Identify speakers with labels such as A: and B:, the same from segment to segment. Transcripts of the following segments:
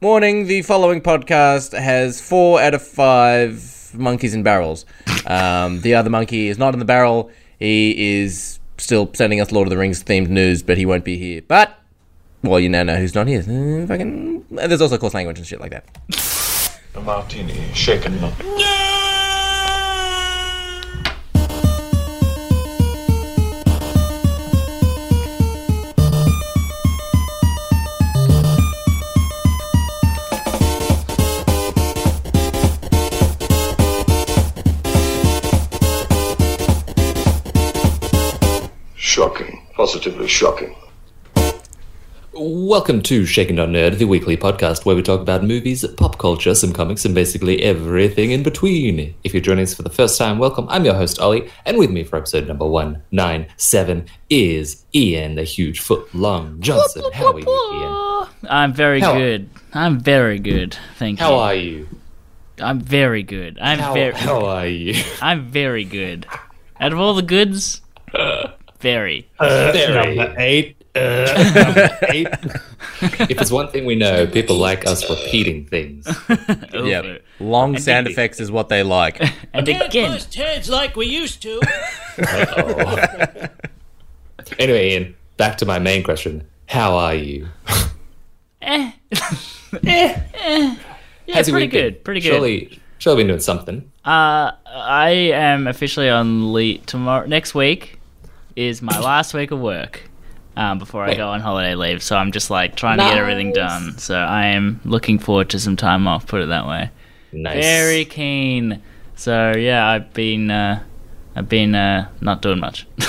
A: Warning the following podcast has four out of five monkeys in barrels. Um, the other monkey is not in the barrel. He is still sending us Lord of the Rings themed news, but he won't be here. But, well, you now know who's not here. Uh, fucking, and there's also coarse language and shit like that.
B: A martini, shaken not. Shocking. Positively shocking.
C: Welcome to Shaken Not Nerd, the weekly podcast where we talk about movies, pop culture, some comics, and basically everything in between. If you're joining us for the first time, welcome. I'm your host, Ollie, and with me for episode number 197 is Ian, the huge foot long Johnson. How are you, Ian?
D: I'm very
C: How-
D: good. I'm very good. Thank
C: How
D: you.
C: are you?
D: I'm very good. I'm
C: How,
D: very.
C: how are you?
D: I'm very good. Out of all the goods, very.
C: Very.
E: eight.
C: If it's one thing we know, people like us repeating things.
A: Yeah. Long sound effects is what they like.
D: And again,
F: heads like we used to.
C: Uh-oh. Oh. anyway, Ian, back to my main question. How are you?
D: eh, eh, eh. Yeah,
C: How's your
D: pretty
C: week been?
D: good. Pretty good.
C: Surely, surely been doing something.
D: Uh, I am officially on leave tomorrow. Next week is my last week of work. Um, before I
C: Wait.
D: go on holiday leave, so I'm just like trying to get everything
C: Nice.
D: done. So I am looking forward to some time off. Put it that way.
C: Nice.
D: Very keen. So yeah, I've been uh, I've been uh, not doing much.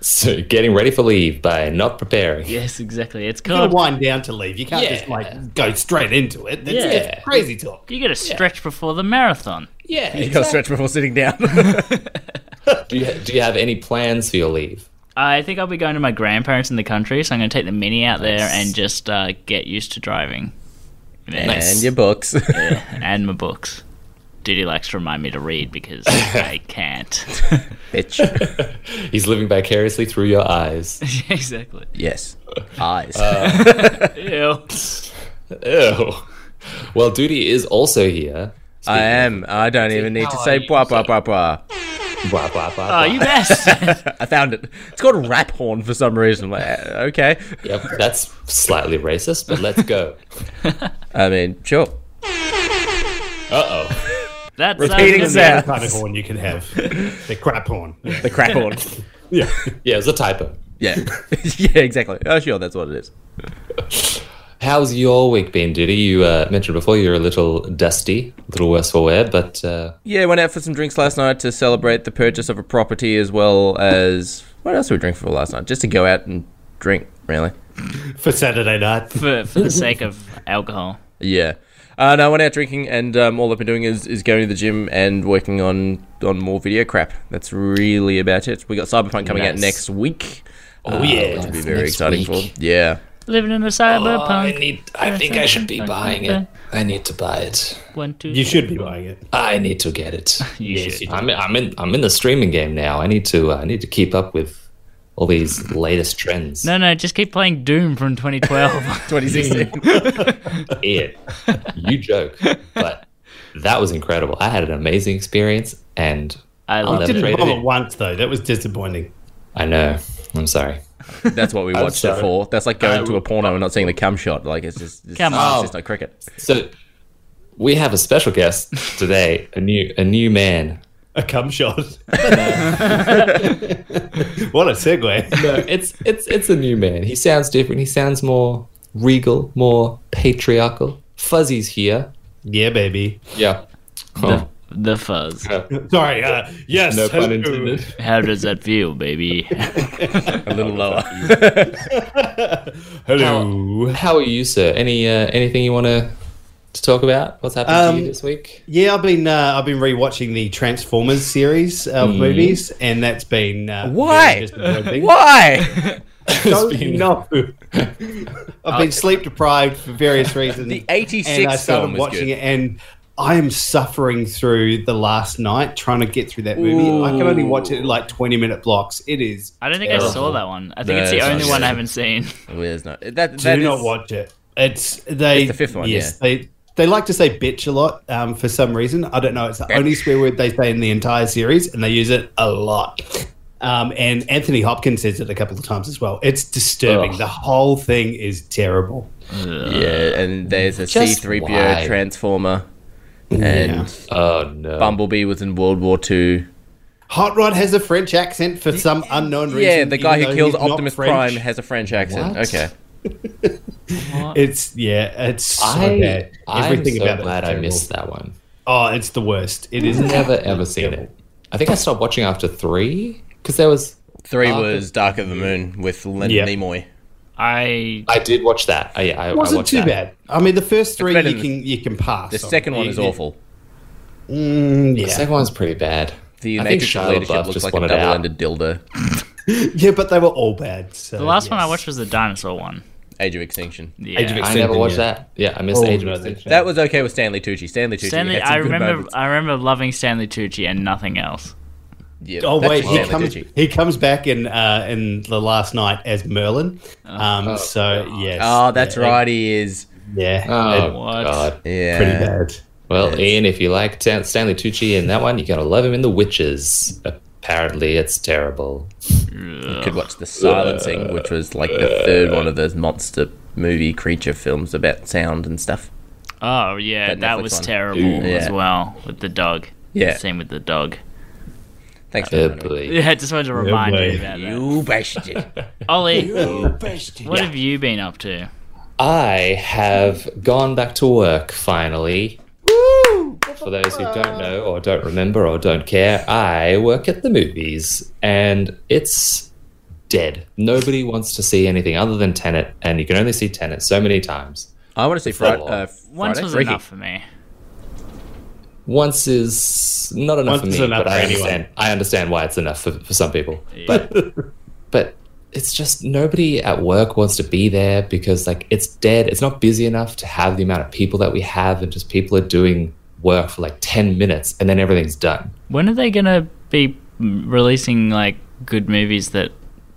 C: So getting ready for leave by not preparing.
D: yes, exactly. It's
E: You gotta
D: called
E: wind down to leave. You can't just
C: Yeah.
E: like go straight into it. That's
D: Yeah.
E: it's crazy talk.
D: you got to stretch before the marathon.
C: Yeah.
A: You gotta
C: exactly.
A: stretch before sitting down.
C: Do, you, do you have any plans for your leave?
D: I think I'll be going to my grandparents in the country, so I'm going to take the mini out there
C: Nice.
D: and just uh, get used to driving. Yeah,
C: Nice.
A: and your books.
D: And my books. Duty likes to remind me to read because I can't.
A: Bitch.
C: He's living vicariously through your eyes.
D: exactly.
A: Yes. Eyes.
D: Ew.
C: Ew. Well, duty is also here.
A: I am. I don't even need to
C: how
A: say
C: are you?
A: blah, blah, blah, blah.
C: Blah, blah, blah,
D: Oh,
C: blah.
D: you bastard.
A: I found it. It's called Rap Horn for some reason. I'm like, uh, okay.
C: Yep, that's slightly racist, but let's go.
A: I mean, sure.
C: Uh oh.
D: That's
A: Repeating
D: that's-
A: sound.
E: What kind of horn you can have? the crap horn. Yeah.
A: The crap horn.
E: yeah.
C: Yeah, it was a typo.
A: Yeah. yeah, exactly. Oh, sure, that's what it is.
C: How's your week been, Diddy? You uh, mentioned before you're a little dusty, a little worse for wear, but uh,
A: Yeah, went out for some drinks last night to celebrate the purchase of a property as well as. What else did we drink for last night? Just to go out and drink, really.
E: For Saturday night.
D: For, for the sake of alcohol.
A: Yeah. Uh, no, I went out drinking, and um, all I've been doing is, is going to the gym and working on, on more video crap. That's really about it. We got Cyberpunk coming out
C: Nice.
A: next week. Oh,
C: yeah,
A: Which will be
C: that's
A: very
C: uh, next
A: exciting
C: week.
A: for. Yeah.
D: Living in a cyberpunk.
C: need. Oh, I think I should be buying it. I need to buy it.
D: One, two,
E: You should be buying it.
C: I need to get it.
D: You
E: Yes,
D: should.
E: you do.
C: I'm I'm in I'm in the streaming game now. I need to uh, I need to keep up with all these latest trends.
D: No, no, just keep playing Doom from 2012.
A: 2016.
C: Ian, you joke, but that was incredible. I had an amazing experience, and
D: I love it.
C: Didn't
E: Didn't
C: trade
E: bomb
C: it.
E: it once though. That was disappointing.
C: I know I'm sorry.
A: That's what we watched it
C: sorry.
A: for. That's like going to a porno and not seeing the cum shot. Like, it's just, it's,
D: Come
A: it's
D: on.
A: just no cricket.
C: So we have a special guest today, a new a new man.
E: A cum shot.
A: Oh,
E: what a segue.
C: No, it's it's it's a new man. He sounds different. He sounds more regal, more patriarchal. Fuzzy's here.
E: Yeah, baby.
C: Yeah.
D: the, the fuzz.
E: Sorry. Uh, yes.
C: No pun
E: hello.
C: intended.
D: How does that feel, baby?
A: A little lower.
E: Hello.
C: How are you, sir? Any uh, anything you want to to talk about? What's happened to
E: Um,
C: you this week?
E: Yeah, I've been uh, I've been rewatching the Transformers series of movies, and that's been uh,
A: Why?
E: really disappointing.
A: Why?
E: Don't you know? I've been sleep deprived for various reasons.
A: Uh, The 86
E: and I
A: film
E: started
A: was
E: watching
A: good.
E: it, and I am suffering through the last night trying to get through that movie. I can only watch it in like twenty minute blocks. It is.
D: I don't think I saw that one. I think it's
A: No,
D: the
A: it's
D: only
A: not
D: one I
A: good.
D: haven't seen.
A: Well, there's no, that,
E: Do
A: that
E: not
A: is-
E: watch it. It's they
A: It's the fifth one,
E: Yes, they they like to say bitch a lot um, for some reason. I don't know. It's the only swear word they say in the entire series, and they use it a lot. Um, and Anthony Hopkins says it a couple of times as well. It's disturbing.
C: Ugh.
E: The whole thing is terrible.
A: Yeah, and there's a
C: Just
A: C3PO
C: why?
A: Transformer. And
C: Oh no.
A: Bumblebee was in World War II.
E: Hot Rod has a French accent for some unknown reason.
A: Yeah, the guy
E: even
A: who
E: though
A: killed
E: he's not
A: Optimus
E: French.
A: Prime has a French accent.
C: What?
A: Okay.
E: It's yeah, it's so
C: I,
E: bad.
C: I'm
E: Everything
C: so
E: about it is
C: glad I
E: terrible.
C: missed that one.
E: Oh, it's the worst. It is
C: Never ever seen it. I think I stopped watching after three because there was.
A: Three
C: Dark
A: was Dark of the Moon with Lin
E: Yeah.
A: Nimoy.
D: I
C: I did watch that. I, yeah, I, I
E: wasn't
C: watched
E: too
C: that.
E: bad. I mean, the first three
A: better
E: you
A: than-
E: can you can pass.
A: The second one is awful.
E: Mm,
C: The
E: yeah.
C: second one's pretty bad.
A: The
C: I think
A: Matrix of
C: Shia LaBeouf
A: Leadership
C: just
A: looks like a
C: wanted
A: double
C: out.
A: ended dildo.
E: yeah, but they were all bad. So,
D: the last one I watched was the dinosaur one.
A: Age of Extinction.
D: Yeah.
E: Age of
C: I never
E: Extinction,
C: watched
E: yeah.
C: that. Yeah, I missed
E: Oh,
C: Age of
E: no,
C: Extinction.
A: That was okay with Stanley Tucci. Stanley Tucci.
D: Stanley,
A: had some
D: I
A: good
D: remember,
A: moments.
D: I remember loving Stanley Tucci and nothing else.
A: Yeah,
E: Oh
A: that's
E: wait,
A: just
E: he
A: Stanley
E: comes
A: Tucci.
E: he comes back in uh, in the last night as Merlin.
D: Oh,
E: Um, so yes.
A: Oh, that's
E: yeah,
A: right. He is.
E: Yeah,
C: Oh
E: it-
D: What?
C: god.
A: Yeah.
E: pretty bad.
C: Well, Ian, if you like Stan- Stanley Tucci in that one, you gotta love him in The Witches. Apparently, it's terrible.
A: Could watch The Silencing, which was like the third one of those monster movie creature films about sound and stuff.
D: Oh yeah, that,
A: That Netflix
D: was
A: one.
D: terrible as
A: Yeah.
D: well with the dog.
A: Yeah.
D: same with the dog.
A: Thanks for
C: Yeah,
A: reminding me.
C: boy.
D: Yeah, I just wanted to remind
E: boy.
D: you about that.
A: You bastard.
D: Ollie, what have you been up to?
C: I have gone back to work finally. For those who don't know or don't remember or don't care, I work at the movies and it's dead. Nobody wants to see anything other than Tenet, and you can only see Tenet so many times.
A: I want to see Friday. Uh,
D: Once
A: Friday?
D: was
A: Freaky.
D: enough for me.
C: Once is not enough
E: Once is
C: for me,
E: enough
C: but
E: for
C: I
E: anyone.
C: understand. I understand why it's enough for, for some people. But but it's just nobody at work wants to be there because like it's dead. It's not busy enough to have the amount of people that we have, and just people are doing work for like ten minutes and then everything's done.
D: When are they gonna be mm, releasing like good movies that?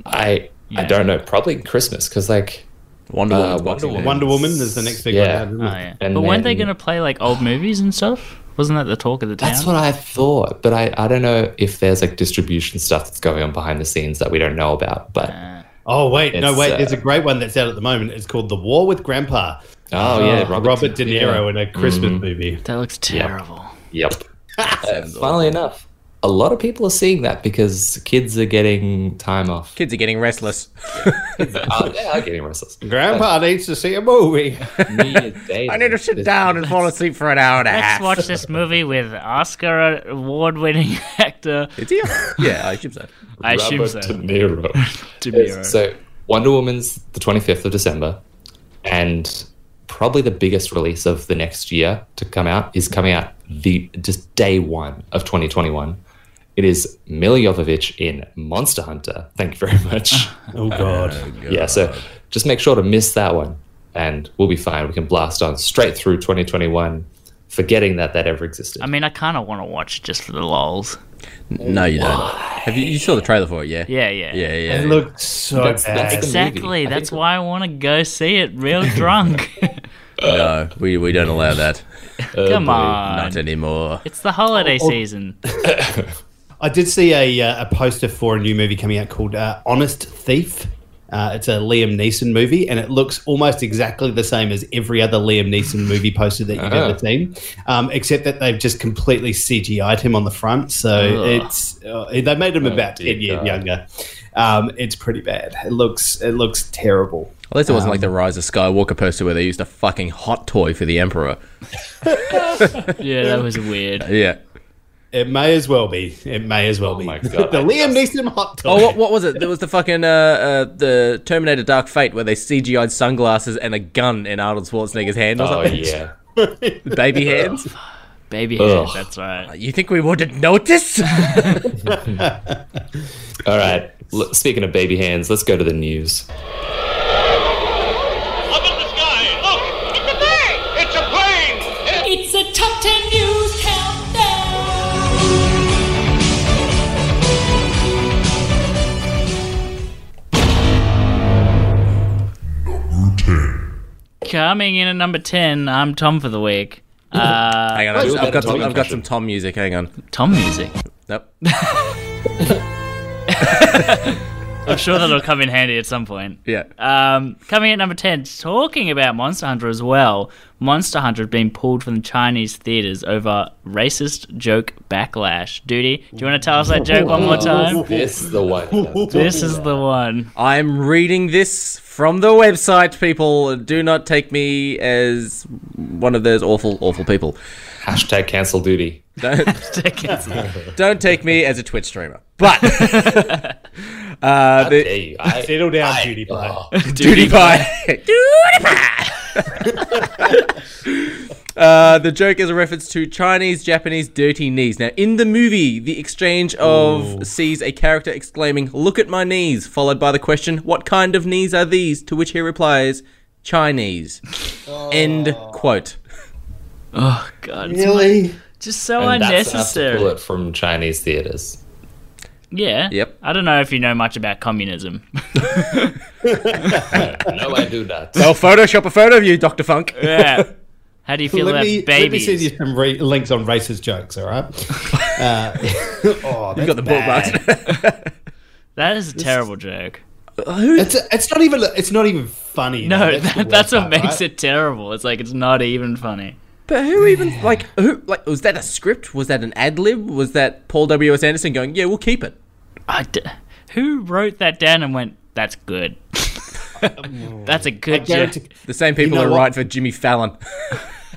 C: I I
D: Yeah.
C: don't know. Probably Christmas because like
A: Wonder
C: Uh,
A: Woman's
C: Wonder
A: Boxing Day.
C: Woman.
E: Wonder Woman is the next big
C: Yeah.
D: Oh,
E: one. out, isn't it?
D: yeah.
C: And
D: but weren't they
C: then-
D: gonna play like old movies and stuff? Wasn't that the talk of the town?
C: that's what I thought, but I I don't know if there's like distribution stuff that's going on behind the scenes that we don't know about. But
D: Uh,
E: Oh wait, no
C: It's,
E: wait.
C: uh,
E: There's a great one that's out at the moment. It's called The War with Grandpa. Uh,
C: oh, yeah,
E: Robert, De Niro in a Christmas
C: Mm-hmm.
E: movie.
D: that looks terrible.
C: Yep. Funnily enough, a lot of people are seeing that because kids are getting time off.
A: Kids are getting restless.
C: oh, they are getting restless.
E: Grandpa needs to see a movie.
C: Me and Dave-
A: I need to sit down and fall asleep for an hour and a half.
D: Let's watch this movie with Oscar award-winning actor.
A: Is he? yeah, I assume so.
D: I assume
C: Robert De
D: so.
C: Niro.
D: De Niro.
C: So Wonder Woman's the 25th of December, and probably the biggest release of the next year to come out is coming out the just day one of 2021. It is Mila Jovovich in Monster Hunter. Thank you very much.
E: Oh god.
C: yeah, so just make sure to miss that one, and we'll be fine. We can blast on straight through 2021, forgetting that that ever existed.
D: I mean, I kind of want to watch it just for the lols.
A: No, you don't. Have you, you saw the trailer for it? Yeah.
D: Yeah, yeah.
A: Yeah, yeah.
E: It
A: yeah.
E: looked so
C: That's-
E: bad.
C: that's the- movie.
D: Exactly.
C: I
D: That's
C: think-
D: why I want to go see it real drunk.
A: no, we, we don't allow that.
C: Oh,
D: Come on.
A: Not anymore.
D: It's the holiday
E: Oh, oh.
D: season.
E: I did see a, uh, a poster for a new movie coming out called uh, Honest Thief. Uh, it's a Liam Neeson movie, and it looks almost exactly the same as every other Liam Neeson movie poster that you've
C: Ah.
E: ever seen, um, except that they've just completely CGI'd him on the front. So
D: Ugh.
E: it's uh, they made him about
C: Ah. Oh, dear
E: ten years
C: God.
E: younger. Um, it's pretty bad. It looks it looks terrible.
A: At least it wasn't like
C: Um,
A: the Rise of Skywalker poster where they used a fucking hot toy for the Emperor.
D: Yeah, that was weird.
A: Yeah.
E: It may as well be. It may as well be.
C: Oh my God,
E: the
C: I
E: Liam Neeson hot toy.
A: Oh, what, what was it? There was the fucking uh, uh, the Terminator Dark Fate where they CGI'd sunglasses and a gun in Arnold Schwarzenegger's hand or
C: Oh
A: something.
C: yeah.
A: Baby hands.
D: Baby head,
C: Ugh.
D: that's right.
A: You think we wouldn't notice?
C: All right. L- speaking of baby hands, let's go to the news.
F: Up in the sky, look! It's a bird! It's a plane!
G: It's a top 10 news countdown.
D: coming in at number 10, I'm Tom for the week. Uh,
A: Hang on, I've,
C: do a
A: I've
C: better
A: got some,
C: Tom
A: I've got
C: impression.
A: some Tom music. Hang on.
D: Tom music.
A: Nope.
D: I'm sure that'll come in handy at some point.
A: Yeah.
D: Um, coming at number 10, talking about Monster Hunter as well. Monster Hunter had been pulled from the Chinese theaters over racist joke backlash. Duty, do you want to tell us that joke one more time?
C: This the one.
D: This is the one.
A: I'm reading this from the website, people. Do not take me as one of those awful, awful people.
C: Hashtag cancel duty.
A: Don't,
D: Dickens.
A: don't take me as a Twitch streamer. But uh,
C: How
A: the
C: dare you? I,
E: Settle down, Judy Pie.
A: duty pie, duty pie. Uh, the joke is a reference to Chinese Japanese dirty knees. Now, in the movie, the exchange of sees a character exclaiming, "Look at my knees," followed by the question, "What kind of knees are these?" To which he replies, "Chinese." Oh. End quote.
D: Oh, God. It's
E: Really?
D: just so
C: and that's enough to pull
D: unnecessary.
C: it from Chinese theaters.
D: Yeah.
A: Yep.
D: I don't know if you know much about communism.
C: No, I do not.
A: I'll Photoshop a photo of you, Doctor Funk.
D: yeah. How do you feel
E: Let
D: about
E: me, let me
D: babies?
E: send you some re- links on racist jokes, all right? Uh, oh,
A: You got the bookmarks.
D: that is a terrible joke.
E: It's, it's not even it's not even funny.
D: No,
E: though. the
D: that,
E: worst
D: that's what
E: part,
D: makes
E: right?
D: it terrible. It's like it's not even funny.
A: But who even like who like was that a script? Was that an ad lib? Was that Paul W S Anderson going? Yeah, we'll keep it.
D: I d- who wrote that down and went, "That's good." that's a
E: I
D: good joke.
E: guarantee
A: The same people
E: know
A: that
E: what?
A: write for Jimmy Fallon.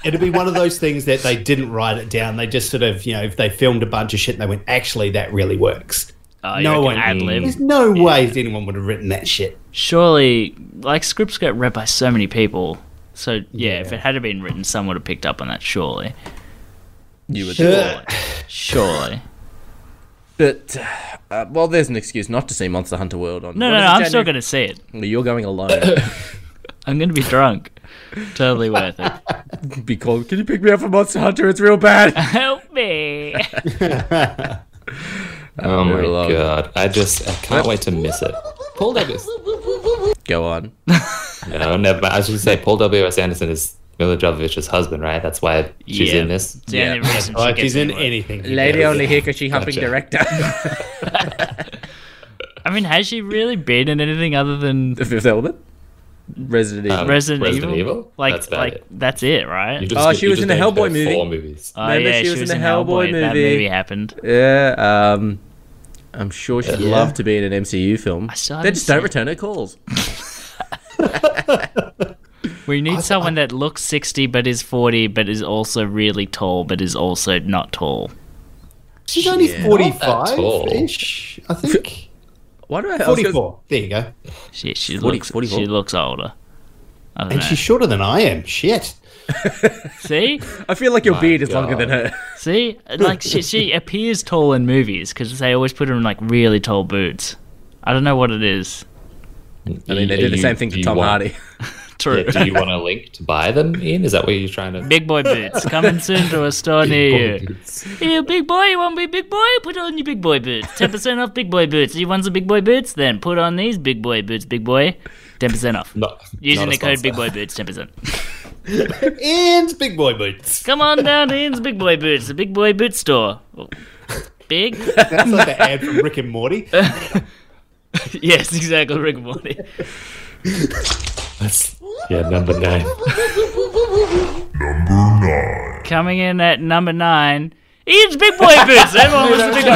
E: it'll be one of those things that they didn't write it down. They just sort of you know if they filmed a bunch of shit and they went actually that really works.
D: Oh,
E: no
D: no
E: one-
D: ad lib.
E: There's no way that anyone would have written that shit.
D: Surely, like scripts get read by so many people. So yeah, if it had been written, someone would have picked up on that. Surely,
A: You would.
E: Sure.
D: surely.
A: But uh, well, there's an excuse not to see Monster Hunter World on. what
D: No, no,
A: is
D: no.
A: it,
D: I'm still
A: January?
D: gonna see it.
A: You're going alone.
D: I'm gonna be drunk. totally worth it.
A: Be called. Can you pick me up for Monster Hunter? It's real bad.
D: Help me.
C: Oh my
A: Very low.
C: god! I just I can't wait to miss it. Paul W.
A: Go on.
C: No, never. mind. I was going to say Paul W. S. Anderson is Mila Jovovich's husband, right? That's why she's
D: Yeah.
C: in this.
D: It's the only
A: Yeah.
D: reason she
E: Like
D: gets
E: he's in
D: any work.
E: anything.
A: Lady only here because she humping
C: Gotcha.
A: director.
D: I mean, has she really been in anything other than
A: the Fifth Element. Resident Evil.
C: Um,
D: Resident,
C: Resident
D: Evil?
C: Evil?
D: Like,
C: That's about
D: like
C: it.
D: that's it, right?
C: You just-
A: Oh, she
C: you
A: was in
C: just
A: a
C: named her
A: Hellboy movie.
C: Four movies.
D: Oh
A: Remember
D: yeah, she, was, in a Hellboy, That
A: movie.
D: movie happened.
A: yeah. Um, I'm sure she'd
E: Yeah.
A: love to be in an MCU film. I
D: still
A: they
D: haven't
A: just don't
D: seen it.
A: return her calls.
D: We need someone that looks sixty but is forty, but is also really tall, but is also not tall.
E: She's only
C: Not that tall.
E: 45 ish, I think.
A: Why do I? I was gonna-
E: 44. There you go.
D: She she
A: 40,
D: looks
A: 44.
D: she looks older. I don't
E: And
D: know.
E: she's shorter than I am. Shit.
D: See,
A: I feel like your beard is longer
C: God.
A: than her.
D: see, like she she appears tall in movies because they always put her in like really tall boots. I don't know what it is.
A: I mean, they do the same thing to Tom Hardy.
D: True.
C: do you want a link to buy them in? Is that what you're trying to?
D: Big boy boots coming soon to a store near you.
C: Boots.
D: Ew, big boy, you want to be big boy? Put on your big boy boots. 10% off big boy boots. You want some big boy boots? Then put on these big boy boots, big boy. 10% off.
C: Not-
D: Using
C: not a
D: the code
C: sponsor.
D: big boy boots, 10%.
E: And big boy boots.
D: Come on down to Ian's Big Boy Boots, the Big Boy Boot Store. Big?
E: That's like the ad from Rick and Morty.
D: yes, exactly, Rick and Morty.
C: That's- Yeah, number nine.
D: Coming in at number nine, Ian's Big Boy Boots. Everyone was Big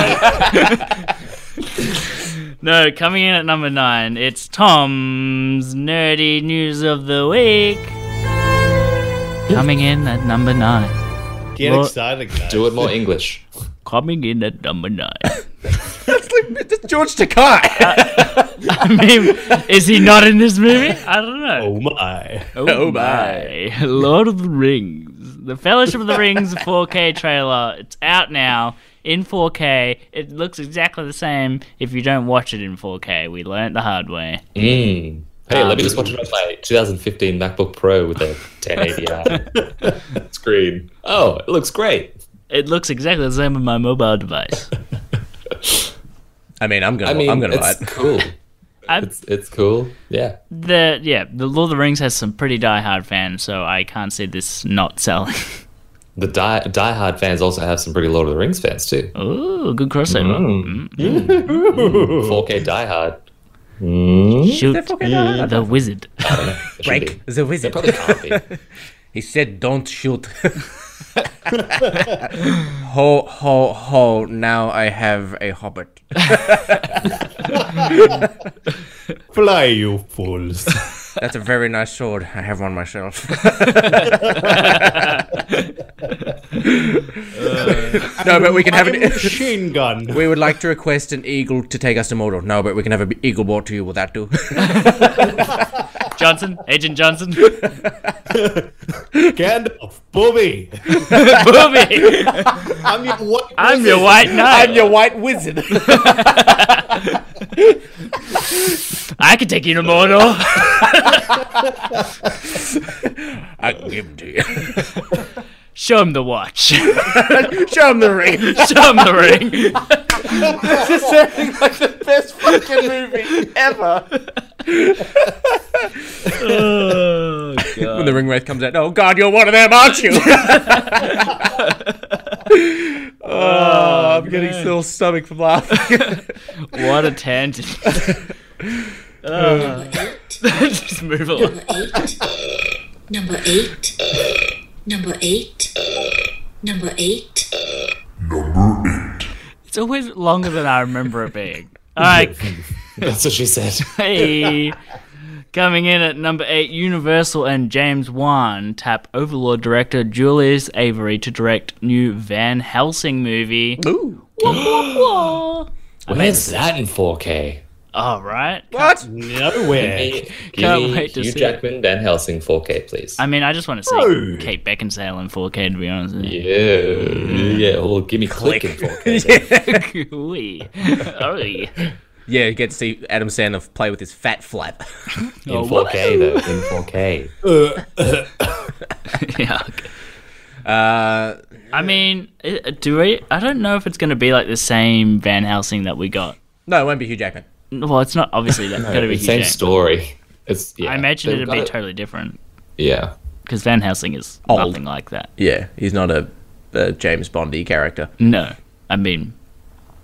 D: Boy. no, coming in at number nine, it's Tom's Nerdy News of the Week. Coming in at number nine.
E: Get
D: Well-
E: excited, guys.
C: Do it more English.
D: Coming in at number nine.
A: That's like that's George Takai.
D: I mean, is he not in this movie? I don't know.
E: Oh my.
A: Oh my.
D: Lord of the Rings. The Fellowship of the Rings 4K trailer. It's out now in 4K. It looks exactly the same if you don't watch it in 4K. We learnt the hard way.
C: Mm. Hey, let me just watch it on my 2015 MacBook Pro with a 1080i screen. Oh, it looks great.
D: It looks exactly the same on my mobile device.
A: I mean, I'm gonna,
C: I mean,
A: I'm gonna buy
C: it's
A: it.
C: cool.
D: I,
C: It's it's cool. Yeah.
D: the yeah, the Lord of the Rings has some pretty diehard fans, so I can't see this not selling.
C: The die diehard fans also have some pretty Lord of the Rings fans too.
D: Ooh, good crossover.
A: Mm.
C: Four K diehard.
D: Shoot
A: They're fucking diehard.
D: the wizard.
C: It should be.
A: Break the
C: They
A: wizard.
C: probably can't be.
A: He said, "Don't shoot." ho ho ho! Now I have a hobbit.
E: Fly, you fools.
A: That's a very nice sword. I have one myself. no, but we can have
E: I am a
A: it.
E: machine gun.
A: We would like to request an eagle to take us to Mordor. No, but we can have an eagle brought to you. Will that do?
D: Johnson, Agent Johnson,
E: Gandalf, Bobby,
D: Booby.
E: I'm your what?
D: I'm your white knight.
A: I'm your white wizard.
D: I can take you to Mordor.
A: I can give him to you.
D: Show him the watch. Show
A: Show him the ring.
D: him the ring.
A: like the best fucking movie ever.
D: Oh, God.
A: When the ring wraith comes out, oh god, you're one of them, aren't you? oh, Oh, I'm getting
D: man.
A: still stomach from laughing.
D: What a tangent. Uh, just move along.
H: eight, number eight, number eight, number eight.
D: It's always longer than I remember it being. All right,
C: That's what she said.
D: hey. Coming in at number eight, Universal and James Wan tap Overlord director Julius Avery to direct new Van Helsing movie.
A: Ooh.
C: Where's that in 4K?
D: All right.
A: What?
E: Nowhere.
D: Can't wait to
C: Hugh
D: see
C: Jackman, Van Helsing, 4K, please.
D: I mean, I just want to see Kate Beckinsale in 4K, to be honest with you.
C: yeah, yeah. Well, give me click, in 4K.
D: Ooh-wee. Ooh-wee.
A: Yeah, you get to see Adam Sandler play with his fat flap.
C: In
D: Oh,
C: 4K though. In 4K.
D: yeah, okay.
A: Uh,
D: I mean, i- do we? I don't know if it's going to be like the same Van Helsing that we got.
A: no, it won't be Hugh Jackman.
D: Well, it's not obviously that's going to be
C: It's same
D: Hugh Jackman.
C: story. It's. Yeah.
D: I imagine
C: They've
D: it'd
C: got
D: be
C: it-
D: totally different
C: Yeah.
D: because Van Helsing is
A: Old.
D: nothing like that.
A: Yeah, he's not a, a James Bondy character.
D: No, I mean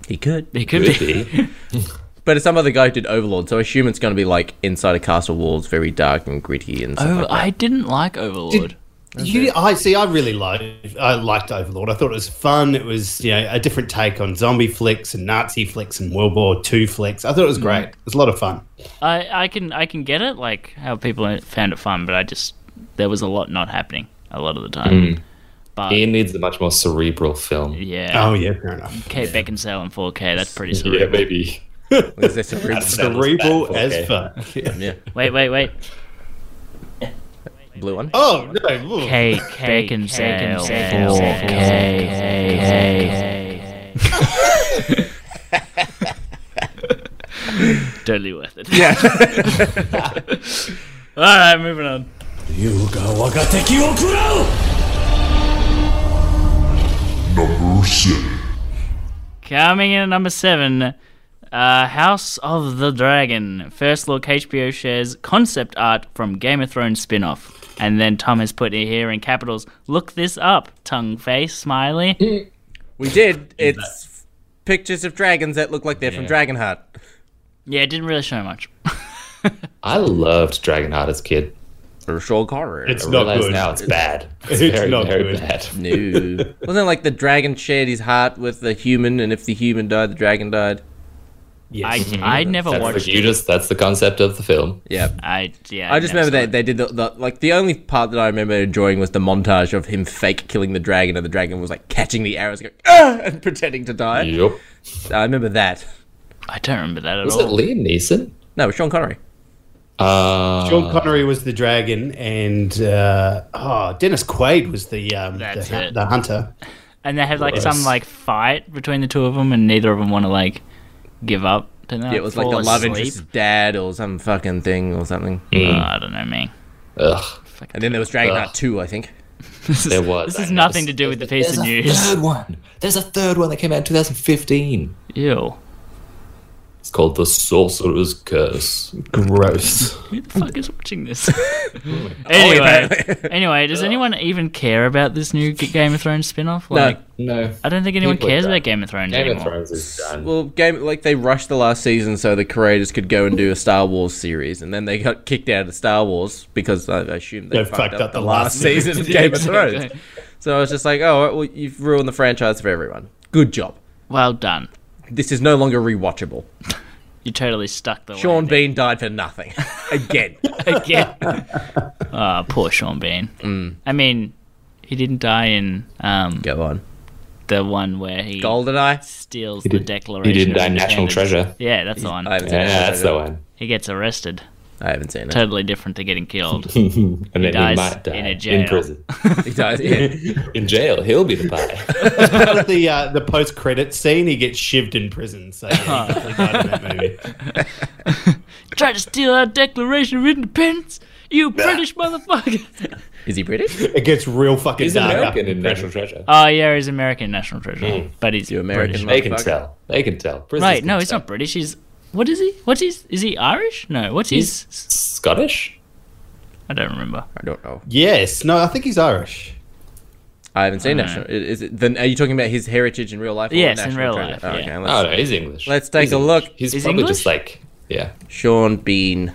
A: He could.
D: it could
C: Could
D: be.
C: be.
A: But it's some other guy who did Overlord, so I assume it's going to be like inside a castle walls, very dark and gritty and stuff
D: Oh,
A: like that.
D: I didn't like Overlord.
E: You, I see. I really liked. I liked Overlord. I thought it was fun. It was you know a different take on zombie flicks and Nazi flicks and World War II flicks. I thought it was great. It was a lot of fun.
D: I, I can I can get it like how people found it fun, but I just there was a lot not happening a lot of the time.
C: Hmm.
D: But
C: Ian needs a much more cerebral film.
D: yeah,
E: Oh yeah, fair enough.
D: Kate Beckinsale in 4K. That's pretty
C: Yeah,
D: surreal.
C: maybe.
A: Is this a real
E: Cerebral
C: bad. Okay.
E: as fuck.
D: wait, wait, wait.
A: blue one?
E: Oh no. Ooh.
D: Kate Beckinsale 4K. Totally worth it. Yeah. All right, moving on.
I: Number seven.
D: Coming in at number seven, uh, House of the Dragon. First look, HBO shares concept art from Game of Thrones spin off. And then Tom has put it here in capitals, look this up, tongue face, smiley.
A: We did. It's pictures of dragons that look like they're from Dragonheart.
D: yeah, it didn't really show much.
C: I loved Dragonheart as a kid.
A: Or Sean Connery.
E: It's
C: I
E: not
C: realize
E: good.
C: now it's bad. It's,
E: It's
C: very,
E: not
C: very
E: good.
C: bad.
A: no. Wasn't it like the dragon shared his heart with the human, and if the human died, the dragon died?
D: I, I never
C: That's
D: watched
C: the, you just, that's the concept of the film.
A: Yeah.
D: I yeah.
A: I just
D: never
A: remember they,
D: saw
A: they did the, the like the only part that I remember enjoying was the montage of him fake killing the dragon and the dragon was like catching the arrows going ah! and pretending to die.
C: Yup.
A: I remember that.
D: it. I don't remember that at
C: Was it
D: all.
C: Liam Neeson?
A: No, it was Sean Connery.
C: Uh,
E: Sean Connery was the dragon, and uh, oh, Dennis Quaid was the um,
D: That's
E: the,
D: it.
E: the hunter.
D: And they had like some
C: Gross.
D: like fight between the two of them, and neither of them want to like give up. Didn't they?
A: it was like the
D: fall
A: love
D: asleep?
A: interest's dad or some fucking thing or something.
D: Oh,
C: Mm.
D: I don't know, man.
C: Uh, ugh,
A: And then there was Dragonheart
C: Ugh.
A: 2, I think.
D: This is,
C: there was.
D: This is
C: I
D: nothing to
C: noticed.
D: do with the piece
C: There's
D: of
C: a
D: news.
C: third one. There's a third one that came out in 2015.
D: Ew.
C: It's called The Sorcerer's Curse.
E: Gross.
D: Who the fuck is watching this? anyway, anyway, does anyone even care about this new G- Game of Thrones spin-off? Like,
C: No.
D: I don't think anyone
C: People
D: cares
C: are
D: about
C: done.
D: Game of Thrones
C: Game
D: anymore.
C: of Thrones is done.
A: Well, game like they rushed the last season so the creators could go and do a Star Wars series, and then they got kicked out of Star Wars because I assume they
E: They
A: fucked, up, the last
E: season.
A: season of Game of Thrones.
D: exactly.
A: So I was just like, oh, well, you've ruined the franchise for everyone. Good job.
D: Well done.
A: This is no longer rewatchable.
D: You totally stuck the
A: Sean
D: landing.
A: Bean died for nothing again.
D: again. Ah, poor Sean Bean.
C: Mm.
D: I mean, he didn't die in um,
A: go on,
D: the one where he
A: Goldeneye.
D: steals
C: He
D: the
C: did-
D: Declaration.
C: he didn't
D: of
C: die in National
D: Independence.
C: Treasure.
D: Yeah, that's the one.
A: I haven't seen
C: Yeah,
A: it.
C: that's the one.
D: He gets arrested.
A: I haven't seen it.
D: Totally different to getting killed.
C: And then
D: dies
C: he might die
D: in a
C: in,
D: jail.
C: prison.
A: He dies. Yeah.
C: In jail, he'll be the pie.
E: But the uh, the post credit scene, he gets shivved in prison. So yeah, he definitely died in that movie.
D: Try to steal our Declaration of Independence, you British motherfucker.
A: Is he British?
E: It gets real fucking
C: He's
E: dark.
C: American
E: after
C: in National Treasure.
D: oh yeah, he's American National Treasure,
C: Mm.
D: but he's
A: You American
D: British.
A: motherfucker.
C: They can tell. They can tell. Prisoners
D: Right?
C: can
D: No, he's
C: tell.
D: not British. He's what is he? What's his? Is he Irish? No. What's
C: He's
D: his?
C: Scottish.
D: I don't remember.
A: I don't know.
E: Yes, no, I think he's Irish.
A: I haven't seen
D: All
A: National. Is it, then are you talking about his heritage Uh, in real life? or
D: Yes, in
A: National
D: real
A: Treasure?
D: life,
A: Oh,
D: yeah.
A: okay,
C: Oh
A: let's-
C: no, he's English.
A: Let's take
C: He's
A: a
C: English.
A: look.
C: He's
D: He's
C: probably
D: English?
C: just like yeah.
A: Sean Bean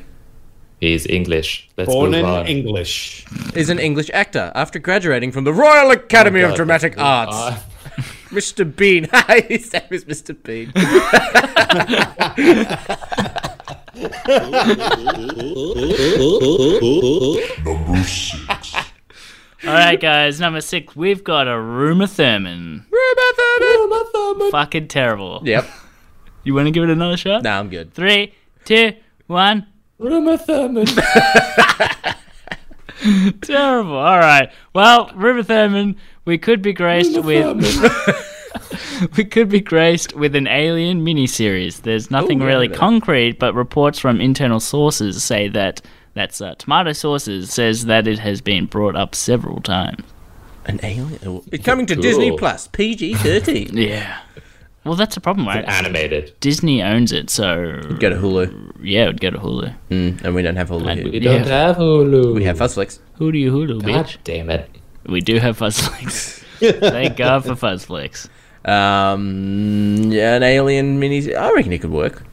C: He's English. Let's
E: Born
C: move
E: in
C: on.
E: English.
A: is an English actor after graduating from the Royal Academy
C: Oh God,
A: of Dramatic
C: let's move
A: Arts.
C: on.
A: Mr. Bean. His name is Mr. Bean.
I: Number six.
D: All right, guys. Number six, we've got a Ruma Thurman. Fucking terrible.
A: yep.
D: You want to give it another shot?
A: Nah, I'm good.
D: Three, two, one.
C: Ruma Thurman.
D: Terrible. All right. Well, Ruben Thurman, we could be graced with we could be graced with an Alien miniseries. There's nothing really concrete, but reports from internal sources say that that's uh, tomato sources says that it has been brought up several times.
A: An alien. It's coming to Disney Plus, PG 13.
D: Yeah. Well, that's the problem, right?
C: Animated.
D: Disney owns it, so
A: Go to Hulu. Mm,
D: yeah, it would go to Hulu.
A: And we don't have Hulu.
C: And we
A: Here.
C: don't have Hulu.
A: We have Fuzzflix.
D: Who do you Hulu, bitch?
C: God damn it.
D: We do have Fuzzflix. Thank God for Fuzzflix.
A: Um, yeah, an alien mini. I reckon it could work.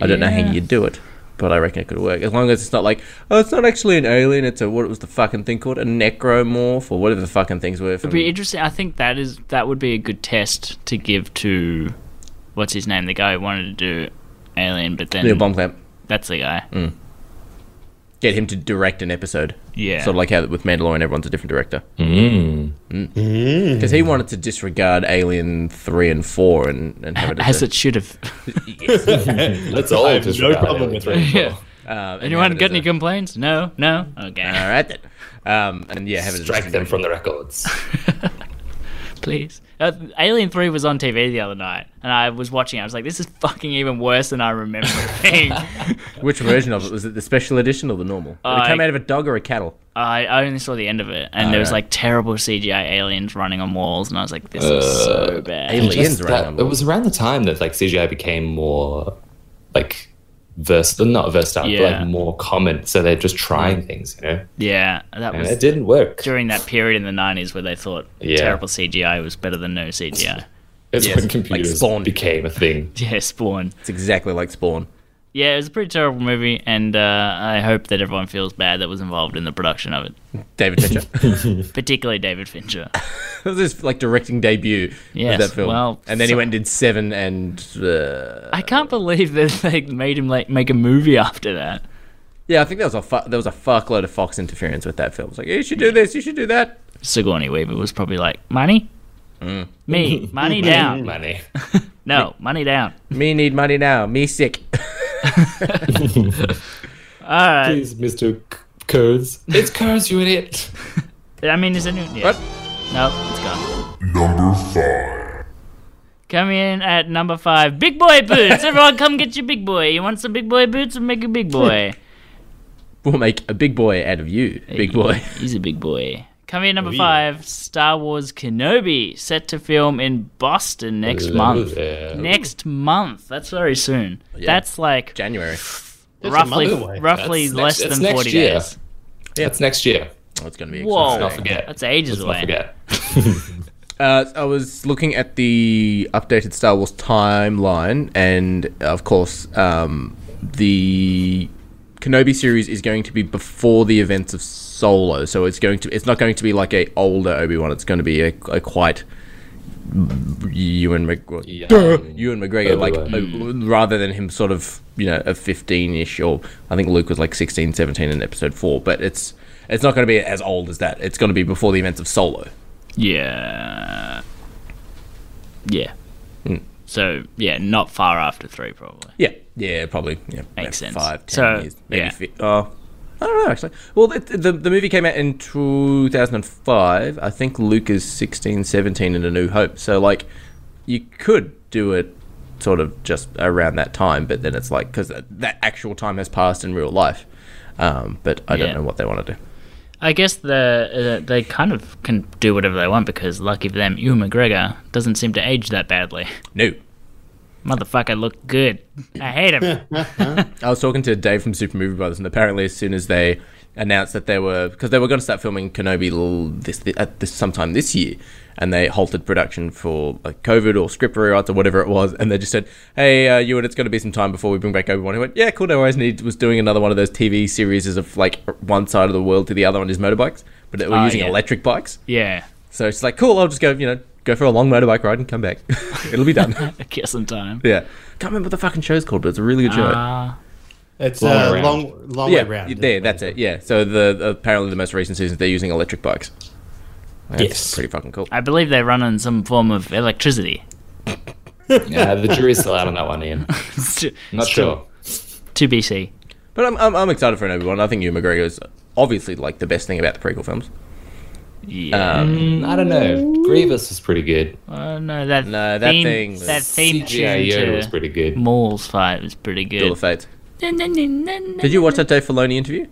A: I don't know how
D: Yeah.
A: you'd do it, but I reckon it could work. As long as it's not like, oh, it's not actually an alien. It's a, what was the fucking thing called? A necromorph or whatever the fucking things were. From,
D: It'd be interesting. I think that is that would be a good test to give to what's his name, the guy who wanted to do Alien, but then
A: Neil Blomkamp.
D: that's the guy.
A: Mm. Get him to direct an episode.
D: Yeah.
A: Sort of like how with Mandalorian, everyone's a different director.
C: Mm.
A: Because he
C: Mm-hmm.
A: wanted to disregard Alien 3 and 4 and, and have it as
D: As
A: a-
D: it should have.
C: Let's all
E: I have
C: just
E: no
C: wrap it
E: problem
C: up.
E: with it.
D: yeah.
A: um, and have
D: Anyone
A: it
D: got
A: as
D: any
A: a-
D: complaints? No, no. Okay,
A: All right then. Um, and yeah, have it as a
C: Strike them from the records.
D: please. Uh, Alien Three was on TV the other night, and I was watching. it. I was like, "This is fucking even worse than I remember it being."
A: Which version of it was it? The special edition or the normal? Did it
D: I-
A: come out of a dog or a cattle?
D: I I only saw the end of it, and there was
A: Alright.
D: like terrible CGI aliens running on walls, and I was like, "This is so bad."
A: Alien. Aliens
C: Just
A: running
C: that-
A: on
C: It
A: walls.
C: was around the time that like CGI became more like versatile, not versatile, but
D: Yeah.
C: like more common. So they're just trying
A: Mm.
C: things, you know.
D: Yeah, that
C: And
D: was
C: it didn't work.
D: during that period in the 90s where they thought
C: Yeah.
D: terrible CGI was better than no CGI.
C: It's
A: Yes,
C: when
A: like
C: computers
A: Spawn.
C: became a thing.
D: yeah, Spawn.
A: It's exactly like Spawn.
D: Yeah, it was a pretty terrible movie, and uh, I hope that everyone feels bad that was involved in the production of it,
A: David Fincher.
D: particularly David Fincher.
A: it was his like directing debut of
D: Yes,
A: that film.
D: well,
A: and then he
D: so-
A: went and did Seven and uh,
D: I can't believe that they made him like make a movie after that.
A: yeah, I think there was a fu- there was a fuckload of Fox interference with that film. It's like you should do this, you should do that.
D: Sigourney Weaver was probably like, money? Mm. Me, money down.
C: Money.
D: No, money down.
A: Me need money now. Me sick.
D: All right.
C: Please, Mr. C- Kurz. It's Kurz, you idiot.
D: I mean, is it new? Yeah.
A: What?
D: No, it's gone.
I: Number five.
D: Coming in at number five, big boy boots. Everyone, come get your big boy. You want some big boy boots? We'll make a big boy.
A: We'll make a big boy out of you, big boy.
D: He's a big boy. Coming
C: Oh,
D: in number
E: Ooh.
D: five, Star Wars Kenobi, set to film in Boston next month.
C: Yeah.
D: Next month. That's very soon. That's like
A: January.
E: That's a
D: roughly
E: month away.
D: roughly
C: That's
D: less
C: next- that's
D: than
C: next
D: forty
C: year.
D: days.
C: That's next year.
A: Oh, it's going to be
D: Whoa,
C: Don't
A: exciting.
C: forget.
D: that's ages
C: Don't
D: away.
C: forget.
A: Uh, I was looking at the updated Star Wars timeline, and of course, um, the Kenobi series is going to be before the events of Solo, so it's going to it's not going to be like a older Obi Wan. It's going to be a, a quite Ewan, Mc-
C: Yeah.
A: Duh! Ewan McGregor, like
C: Obi-Wan.
A: uh, rather than him sort of you know a fifteen ish or I think Luke was like 16, 17 in Episode four, but it's it's not going to be as old as that. It's going to be before the events of Solo.
D: Yeah. Yeah.
A: Hmm.
D: So yeah, not far after three probably.
A: Yeah, yeah, probably. Yeah,
D: Makes
A: yeah,
D: sense.
A: Five, ten
D: So,
A: years, maybe.
D: yeah.
A: Fi- oh, I don't know actually. Well, the, the the movie came out in two thousand and five. I think Luke is 16, 17 in A New Hope. So like, you could do it sort of just around that time, but then it's like because that, that actual time has passed in real life. Um, but I
D: Yeah.
A: don't know what they want to do.
D: I guess the uh, they kind of can do whatever they want because lucky for them, Ewan McGregor doesn't seem to age that badly.
A: No.
D: Motherfucker looked good. I hate him.
A: I was talking to Dave from Super Movie Brothers, and apparently, as soon as they announced that they were because they were going to start filming Kenobi l- this, thi- at this sometime this year, and they halted production for like COVID or script rewrites or whatever it was, and they just said, "Hey, uh, Ewan, it's going to be some time before we bring back Obi Wan." He went, "Yeah, cool. No worries." And he was doing another one of those TV series of like one side of the world to the other on his motorbikes, but they were
D: Ah,
A: using
D: yeah.
A: electric bikes.
D: yeah,
A: So it's like, "Cool, I'll just go, you know, go for a long motorbike ride and come back. It'll be done."
D: get some time.
A: yeah, can't remember what the fucking show's called, but it's a really good show.
D: Ah,
E: It's
C: Long way
E: long, uh,
C: round.
E: long, long
A: yeah,
E: way round.
A: y- There, that's it. Yeah. So the apparently the most recent season they're using electric bikes. That's
C: Yes.
A: Pretty fucking cool.
D: I believe they run on some form of electricity.
C: Yeah, the jury's still out on that one, Ian.
D: It's
C: Not sure.
D: To BC.
A: But I'm, I'm, I'm excited for an Obi Wan. I think Ewan McGregor is obviously like the best thing about the prequel films. Um, Uh,
D: Yeah.
C: Mm, I don't know. Grievous was pretty good.
D: oh no, that
A: No, that
D: theme,
A: thing was-
D: that theme
C: CGI Yoda
D: tune
C: was
D: to
C: pretty good.
D: Maul's fight was pretty
A: Duel
D: good.
A: of Fates. Did you watch that Dave Filoni interview?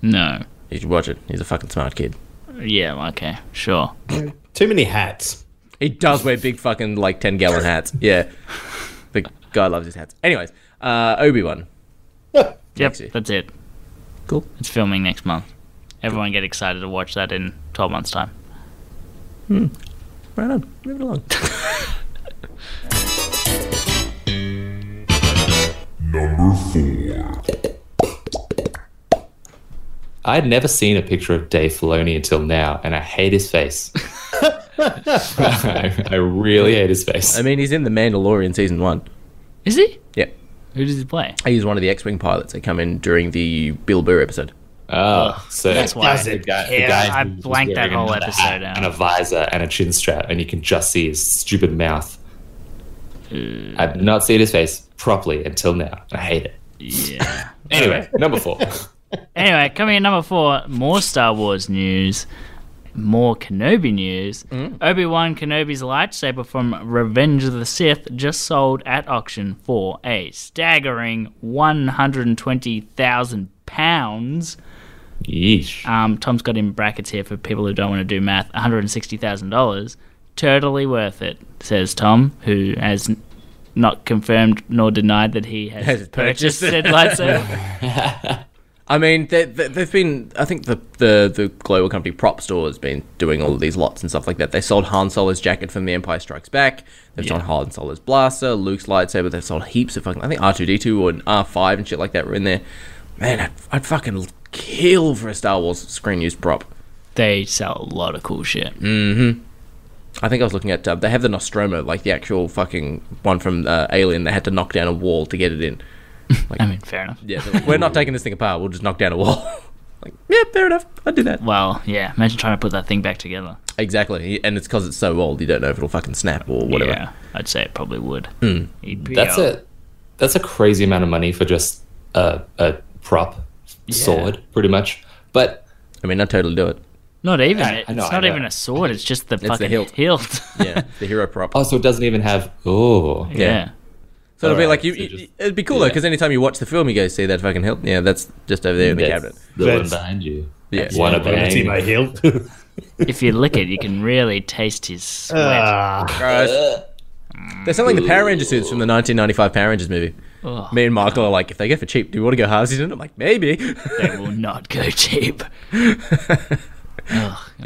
D: No.
A: You should watch it. He's a fucking smart kid.
D: Yeah. Okay. Sure.
E: Too many hats.
A: He does wear big fucking like ten gallon hats. Yeah. The guy loves his hats. Anyways, uh, Obi Wan.
D: Yep,
A: Maxi.
D: that's it.
A: Cool.
D: It's filming next month. Everyone get excited to watch that in 12 months' time.
A: Right on. Move it along.
I: Number four.
C: I had never seen a picture of Dave Filoni until now, and I hate his face. I, I really hate his face.
A: I mean, he's in the Mandalorian season one.
D: Is he?
A: Yeah.
D: Who does he play?
A: He's one of the X-wing pilots that come in during the Bill Burr episode.
C: oh, so
D: That's why.
E: does
C: The
E: it.
C: guy, the
D: Yeah,
C: guy
D: I
C: who's
D: blanked that
C: wearing
D: whole
C: another
D: episode
C: hat
D: out.
C: And a visor and a chin strap, and you can just see his stupid mouth.
D: Hmm.
C: I've not seen his face properly until now. I hate it.
D: Yeah.
C: Anyway, number four.
D: anyway, coming in number four, more Star Wars news, more Kenobi news. Obi Wan Kenobi's lightsaber from Revenge of the Sith just sold at auction for a staggering 120,000 pounds.
C: Yeesh.
D: Um, Tom's got in brackets here for people who don't want to do math. One hundred and sixty thousand dollars, totally worth it, says Tom, who has n- not confirmed nor denied that he has,
A: Has
D: purchased
A: purchased it.
D: said lightsaber.
A: I mean, they, they, they've been. I think the, the the global company Prop Store has been doing all of these lots and stuff like that. They sold Han Solo's jacket from The Empire Strikes Back. They've sold Han Solo's blaster, Luke's lightsaber. They've sold heaps of fucking. I think R two D two and R five and shit like that were in there. Man, I'd, I'd fucking kill for a Star Wars screen use prop.
D: they sell a lot of cool shit.
A: I think I was looking at. Uh, they have the Nostromo, like the actual fucking one from uh, Alien. They had to knock down a wall to get it in.
D: I mean, fair enough.
A: Yeah, they're like, we're not taking this thing apart. We'll just knock down a wall. like, yeah, fair enough. I'd do that.
D: Well, yeah. Imagine trying to put that thing back together.
A: Exactly, and it's because it's so old. You don't know if it'll fucking snap or whatever.
D: Yeah, I'd say it probably would. He'd be
C: That's
D: out.
C: a that's a crazy amount of money for just a, a prop sword, pretty much. But
A: I mean, I totally do it.
D: Not even. it-
C: I know,
D: it's
C: I
D: not
C: know.
D: even a sword. It's just the
A: the
D: fucking
A: hilt.
D: hilt.
A: Yeah, the hero prop.
C: oh, so it doesn't even have oh.
D: yeah.
A: so it'll be
C: alright,
A: like you.
C: so
A: you-
C: just-
A: it'd be cool though,
C: yeah.
A: 'cause though, because anytime you watch the film, you go see that fucking hilt. Yeah, that's just over there in the
C: That's
A: cabinet.
C: The
E: That's-
C: one behind you.
A: Yeah.
C: Wanna bang.
E: Team I healed.
D: if you lick it, you can really taste his sweat.
E: Ah,
A: Gross. They're selling the Power Ranger suits from the 1995 Power Rangers movie.
D: Oh,
A: Me and Michael are like, if they go for cheap, do you want to go halves in it? I'm like, maybe.
D: They will not go cheap.
A: you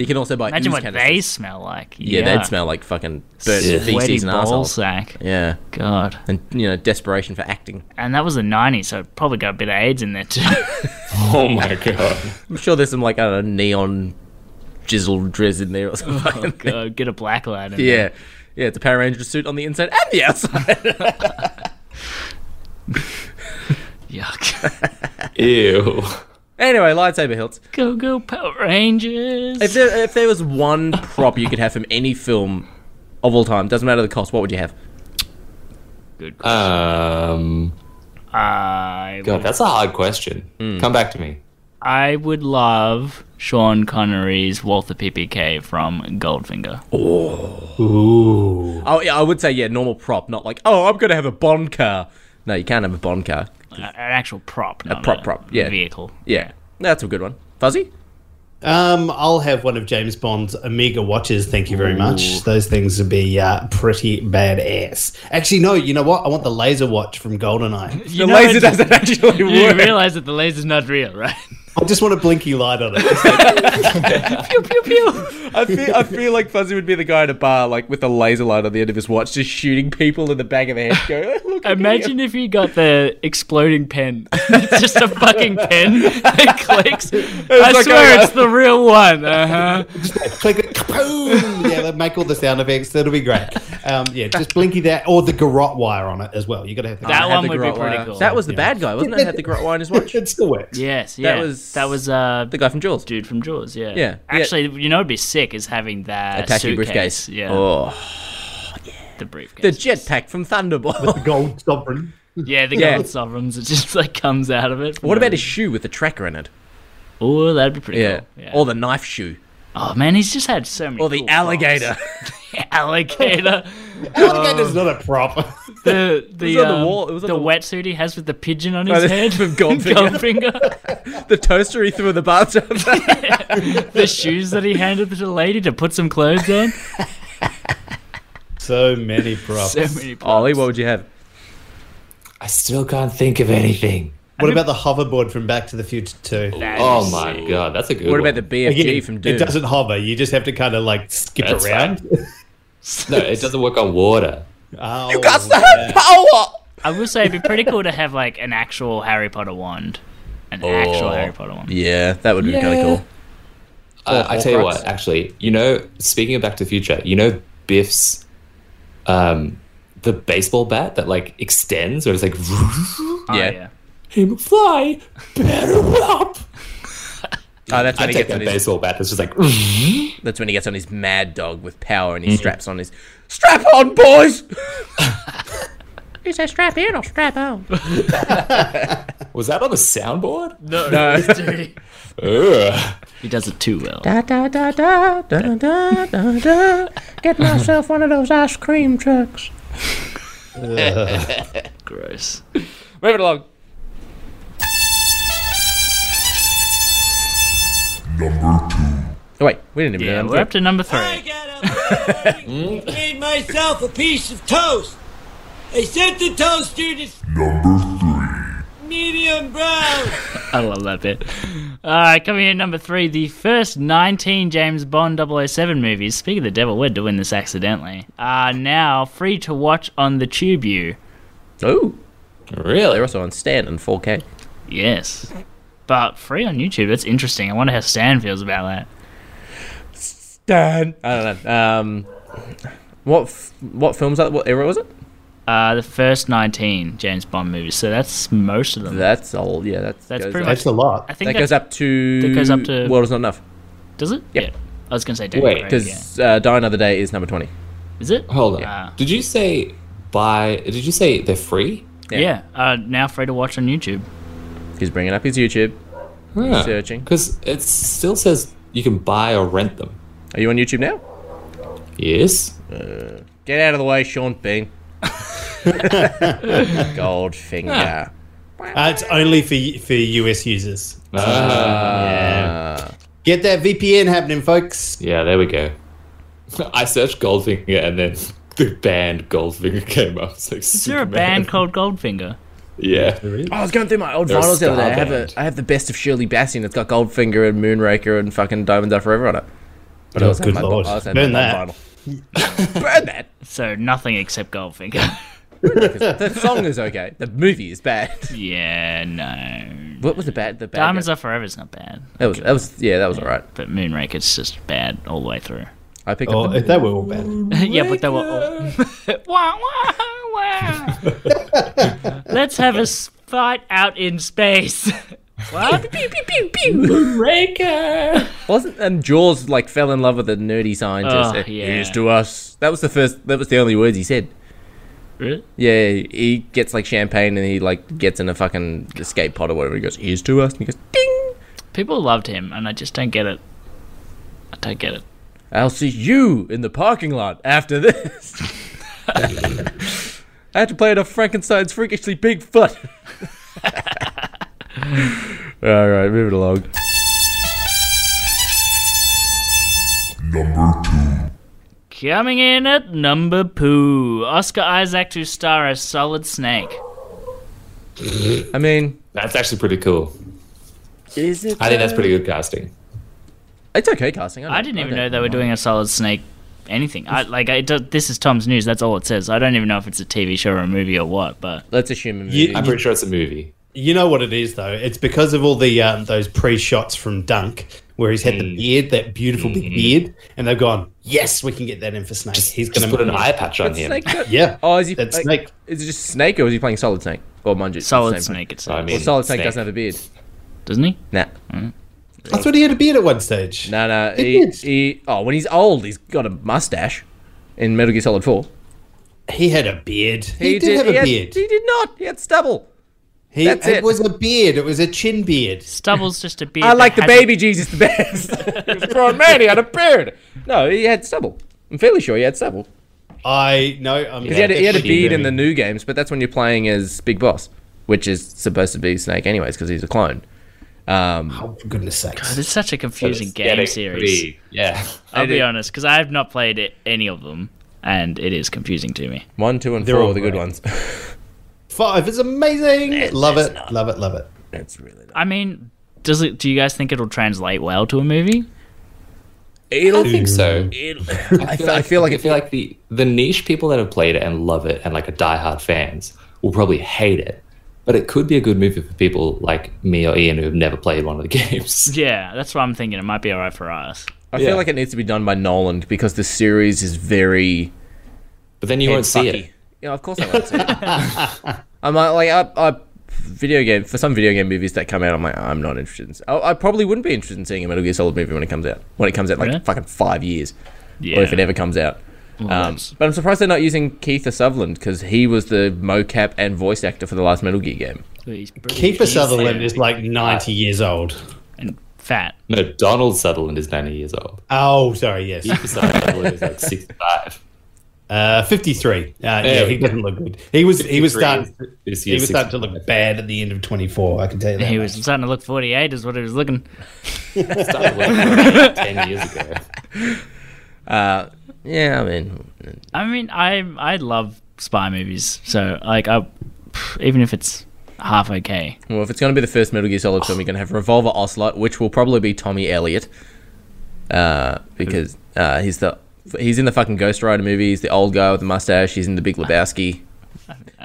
A: can also buy.
D: Imagine
A: ooze
D: what
A: canisters.
D: they smell like.
A: Yeah, they'd smell like fucking burnt
D: sweaty
A: feces and assholes.
D: ballsack.
A: Yeah,
D: God.
A: and you know, desperation for acting.
D: And that was the 90s, so it probably got a bit of AIDS in there too.
C: Oh my god.
A: I'm sure there's some like I don't know, neon jizzle drizz in there or something.
D: oh, God, get a black light in
A: Yeah, yeah, it's a Power Ranger suit on the inside and the outside.
D: there. Yuck.
C: Ew.
A: anyway, lightsaber hilts.
D: go, go, Power Rangers.
A: If there, if there was one prop you could have from any film of all time, doesn't matter the cost, what would you have?
D: Good question.
C: Um.
D: I,
C: God, that's a hard question. Come back to me.
D: I would love Sean Connery's Walther PPK from Goldfinger.
A: Oh, yeah, I would say yeah, normal prop, not like oh, I'm gonna have a Bond car. No, you can't have a Bond car.
D: A- An actual prop. Not
A: prop, prop, yeah.
D: Vehicle.
A: Yeah, that's a good one. Fuzzy.
E: um, I'll have one of James Bond's Amiga watches. Thank you very much. Those things would be uh, pretty badass. Actually, no. You know what? I want the laser watch from Goldeneye.
A: the
D: You know
A: laser
D: it-
A: doesn't actually
D: You
A: work.
D: realize that the laser's not real, right?
E: I just want a blinky light on it.
D: pew, pew, pew.
A: I feel I feel like Fuzzy would be the guy at a bar, like with a laser light on the end of his watch, just shooting people in the back of the head. Go, look. at me."
D: Imagine if you got the exploding pen. It's just a fucking pen that clicks. I
A: like
D: swear
A: a-
D: it's the real one. Uh-huh.
E: Click it, kaboom! Yeah, they make all the sound effects. That'll be great. Um, yeah, just blinky that, or the garrote wire on it as well. You got to have the
D: That
A: Had
D: one
A: the
D: would be
A: Grotwire.
D: pretty cool.
A: That was the bad guy, wasn't it? Had the Grotwire in his watch.
E: It still works.
D: Yes, yeah.
A: That
D: That was
A: was-
D: that was uh
A: The guy from Jaws.
D: dude from Jaws, yeah.
A: Yeah,
D: Actually, you know what'd be sick is having that
A: Attacking
D: suitcase.
A: briefcase.
D: Yeah.
A: Oh,
D: The
A: the
D: briefcase.
A: jetpack from Thunderball.
E: Gold sovereign.
D: yeah, the
A: Yeah.
D: gold sovereigns. It just like comes out of it.
A: what about his shoe with the tracker in it?
D: Oh, that'd be pretty
A: Yeah.
D: cool.
A: Or the knife shoe.
D: oh man, he's just had so many.
A: Or the
D: cool
A: alligator.
D: props. alligator. Uh,
E: Alligator's not a prop.
D: the the,
A: was on the
D: um,
A: wall- it was on
D: the
A: the-
D: wetsuit he has with the pigeon on
A: Oh,
D: his
A: the-
D: head
A: from Goldfinger.
D: Goldfinger.
A: the toaster he threw in the bathtub.
D: the shoes that he handed to the lady to put some clothes on.
E: So many props.
D: So many
A: Ollie, what would you have?
C: I still can't think of anything.
E: what about the hoverboard from Back to the Future 2?
D: That
C: Oh
D: is
C: my god, that's a good
A: What
C: one.
A: about the BFG
E: Again,
A: from Doom?
E: it doesn't hover. You just have to kind of like skip
C: That's
E: around.
C: No, it doesn't work on water.
E: Oh,
A: power.
D: I will say it'd be pretty cool to have like an actual Harry Potter wand, an actual Harry Potter wand.
A: Yeah, that would be kind of cool.
C: Uh, I tell you
A: Horcrux.
C: what, actually, you know, speaking of Back to the Future, you know Biff's, um, the baseball bat that like extends, or it's like,
D: Oh,
A: Yeah.
C: hey McFly, better up.
A: Oh, that's
C: I
A: when he gets
C: take that
A: on his.
C: baseball bat that's just like,
A: That's when he gets on his mad dog with power and he straps on his strap on, boys.
G: You say strap in or strap out?
C: was that on a soundboard?
D: No, no.
C: Ugh.
D: he does it too well.
G: Da da da da da da da da. Get myself one of those ice cream trucks.
D: Gross.
A: Moving along.
I: Number two.
A: Oh wait, we didn't even.
D: Yeah,
A: do
D: we're up to number three.
H: Hmm?
J: made myself a piece of toast. I sent the toaster to
I: Number three.
J: medium brown.
D: I love that bit. All right, coming in at number three, the first 19 James Bond 007 movies. Speaking of the devil, we're doing this accidentally. Are now free to watch on the Tube U.
A: Oh, they're
C: Really?
A: also on Stan and 4K.
D: Yes. But free on YouTube. That's interesting. I wonder how Stan feels about that.
A: Stan. I don't know. Um, what f- what films that? What era was it?
D: Uh, the first 19 James Bond movies. So that's most of them.
A: That's old. Yeah, that's
D: That's
A: goes
D: pretty
A: up-
D: much-
E: That's a lot.
D: I think
A: That goes up to.
D: that goes up to-
A: World is not enough
D: Does it?
A: Yep.
D: Yeah. I was going to say Daniel
C: Wait,
D: Craig, yeah.
A: because uh, Die Another Day is number twenty.
D: Is it? Uh,
C: Hold on.
D: Yeah.
C: Did you say buy? Did you say they're free?
D: Yeah. Uh, now free to watch on YouTube.
A: He's bringing up his YouTube. Searching.
C: Because it still says you can buy or rent them.
A: Are you on YouTube now?
C: Yes.
A: Get out of the way, Sean Bean. Goldfinger.
C: Yeah.
E: Uh, it's only for for US users.
C: Ah.
E: Yeah. Get that VPN happening, folks.
C: Yeah, there we go. I searched Goldfinger and then the band Goldfinger came up. It's like
D: Is there a band called Goldfinger?
C: Yeah.
A: Oh, I was going through my old
C: They're a
A: vinyls the other day. I
C: ska
A: have, a,
C: band.
A: I have the best of Shirley Bassey, and it's got Goldfinger and Moonraker and fucking Diamonds Are Forever on it. But
E: Oh,
A: also
E: good
A: had
E: lord.
A: also had
E: Burn
A: old vinyl. Burn that.
D: So nothing except Goldfinger.
A: The song is okay. The movie is bad.
D: yeah, no.
A: What was the bad? The bad
D: Diamonds
A: guy?
D: Are Forever is not bad,
A: That was that was yeah. That was alright.
D: but Moonraker's just bad all the way through.
A: I picked
E: Oh,
A: up. The,
E: if they were all bad.
D: yeah, but they were all. wah, wah, wah. Let's have a s- fight out in space. what? Pew, pew, pew, pew. Moonraker.
A: wasn't and Jaws like fell in love with a nerdy scientist.
D: Oh,
A: It
D: yeah.
A: is to us. That was the first. That was the only words he said.
D: Really?
A: Yeah, he gets like champagne and he like gets in a fucking escape pod or whatever. He goes, "Here's to us," and he goes, "Ding."
D: People loved him, and I just don't get it. I don't get it.
A: I'll see you in the parking lot after this. I had to play it off Frankenstein's freakishly big foot. All right, move it along.
I: Number two.
D: Coming in at number poo, Oscar Isaac to star as Solid Snake.
A: I mean,
C: That's actually pretty cool.
A: is it?
C: I think that's pretty good casting.
A: It's okay casting.
D: I didn't even know they were doing a Solid Snake anything. I like I, don't- this is Tom's news. That's all it says. I don't even know if it's a TV show or a movie or what. But
A: Let's assume a movie.
E: You-
C: I'm pretty sure it's a movie.
E: You know what it is though? It's because of all the um, those pre-shots from Dunk where he's had the beard, that beautiful big beard, and they've gone, "Yes, we can get that in for Snake. He's going
C: Just
E: to
C: put an eye patch on him.
A: Snake got-
E: Yeah.
A: Oh, is he?
E: That's
A: like,
E: Snake.
A: Is it just Snake, or is he playing Solid Snake or Mungie?
D: Solid Snake, it's
C: I
A: Well,
C: mean,
A: Solid Snake, doesn't have a beard.
D: doesn't he?
A: Nah,
E: That's what he had a beard at one stage.
A: no, no.
E: He
A: He,
E: did.
A: he, oh, when he's old, he's got a mustache in Metal Gear Solid Four.
E: He had a beard. He, did, have
A: he
E: a
A: had-
E: beard.
A: He did not. He had stubble.
E: He,
A: That's
E: it,
A: it.
E: was a beard. It was a chin beard.
D: Stubble's just a beard.
A: I
D: that
A: like the
D: hasn't-
A: baby Jesus the best. he was a grown man. He had a beard. No, he had stubble. I'm fairly sure he had stubble.
E: I know. I'm.
A: He had, a- he had a
E: definitely
A: beard in the
E: agreeing.
A: new games, but that's when you're playing as Big Boss, which is supposed to be Snake anyways, because he's a clone.
E: Oh, for goodness sakes!
D: It's such a confusing
C: Yeah,
D: game
C: they-
D: series.
C: Yeah.
D: I'll
A: It
D: be
A: is.
D: honest, because I have not played it, any of them, and it is confusing to me.
A: One, two, and
E: They're
A: four
E: all
A: are the good
E: great.
A: ones.
E: Five is amazing. love it. Love it. Love it.
A: that's really. Nice.
D: I mean, does it? Do you guys think it'll translate well to a movie?
A: It'll,
C: I think so.
A: I, feel, I feel like
C: I
A: it
C: feel like the, the niche people that have played it and love it and like are diehard fans will probably hate it. But it could be a good movie for people like me or Ian who have never played one of the games.
D: Yeah, that's what I'm thinking. It might be alright for us.
A: I
C: Yeah.
A: feel like it needs to be done by Nolan because the series is very.
C: But then you won't see it.
A: Yeah, of course I won't see it. I'm like, like I, I, video game for some video game movies that come out. I'm like, I'm not interested. In, I, I probably wouldn't be interested in seeing a Metal Gear Solid movie when it comes out. When it comes out, like
D: Really?
A: fucking five years,
D: Yeah.
A: or if it ever comes out. Um,
D: that's-
A: but I'm surprised they're not using Keith Sutherland because he was the mocap and voice actor for the last Metal Gear game.
D: He's British,
E: Keeper
D: he's
E: Sutherland is like 90 years old.
D: and fat.
C: No, Donald Sutherland is 90 years old.
E: Oh, sorry. Yes.
C: Keith Sutherland is like 65.
E: Uh, 53. Uh, yeah,
C: There
E: he
C: we go.
E: doesn't look good. He was he was
C: 53
E: starting
C: This
E: he
C: year,
E: was starting to look
C: 65.
E: bad at the end of 24. I can tell you that.
D: He was starting to look 48, is what he was looking.
C: Started looking like 10 years ago.
A: Yeah, I mean,
D: I mean, I I love spy movies, so like I, even if it's half okay,
A: well, if it's going to be the first Metal Gear Solid film, you're going to have Revolver Ocelot, which will probably be Tommy Elliot, uh, because uh, he's the he's in the fucking Ghost Rider movie. He's the old guy with the mustache. He's in the Big Lebowski.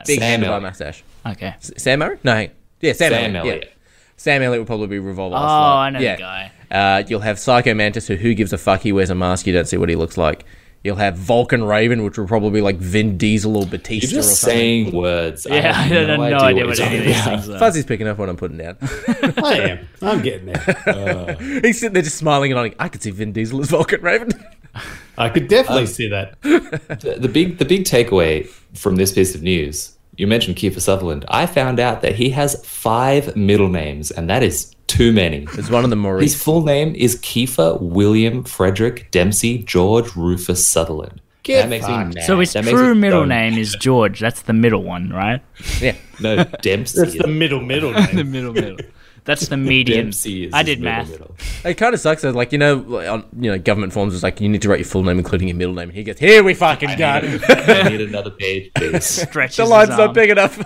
A: Big
C: Sam
A: handlebar
C: Elliott.
A: mustache.
D: okay.
A: S- Sam Murray? No, hang on. yeah, Sam,
C: Sam
A: Elliott. yeah.
C: Elliott.
A: Sam Elliott will probably be Revolver.
D: Oh,
A: Ocelot.
D: I know
A: yeah.
D: the guy.
A: Uh, you'll have Psycho Mantis, who who gives a fuck? He wears a mask. You don't see what he looks like. You'll have Vulcan Raven, which will probably be like Vin Diesel or Batista
C: You're just
A: or something.
C: saying words.
D: Yeah, I
C: have
D: don't know no idea what
C: you're
D: any of
C: talking
D: these
C: about.
D: things are.
A: Fuzzy's picking up what I'm putting down.
E: I am. I'm getting there.
A: He's sitting there just smiling and like, I could see Vin Diesel as Vulcan Raven.
E: I could
C: Um,
E: definitely see that.
C: The big the big takeaway from this piece of news, you mentioned Kiefer Sutherland. I found out that he has five middle names, and that is too many.
A: It's one of the
C: His
A: Maurice.
C: full name is Kiefer William Frederick Dempsey George Rufus Sutherland. that makes me mad.
D: So his
C: That makes
D: true
C: me
D: middle
C: so-
D: name is George. That's the middle one, right?
A: yeah.
C: no Dempsey.
E: It's the middle middle name.
D: middle middle. That's the median.
C: Dempsey is
D: I
C: his
D: did
C: middle
D: math.
C: middle.
A: It kind of sucks that, like, you know, like, on, you know, government forms is like you need to write your full name, including your middle name. He gets here we fucking go.
C: I need another page, please.
D: Stretches
A: the
D: his
A: line's not
D: arm.
A: big enough.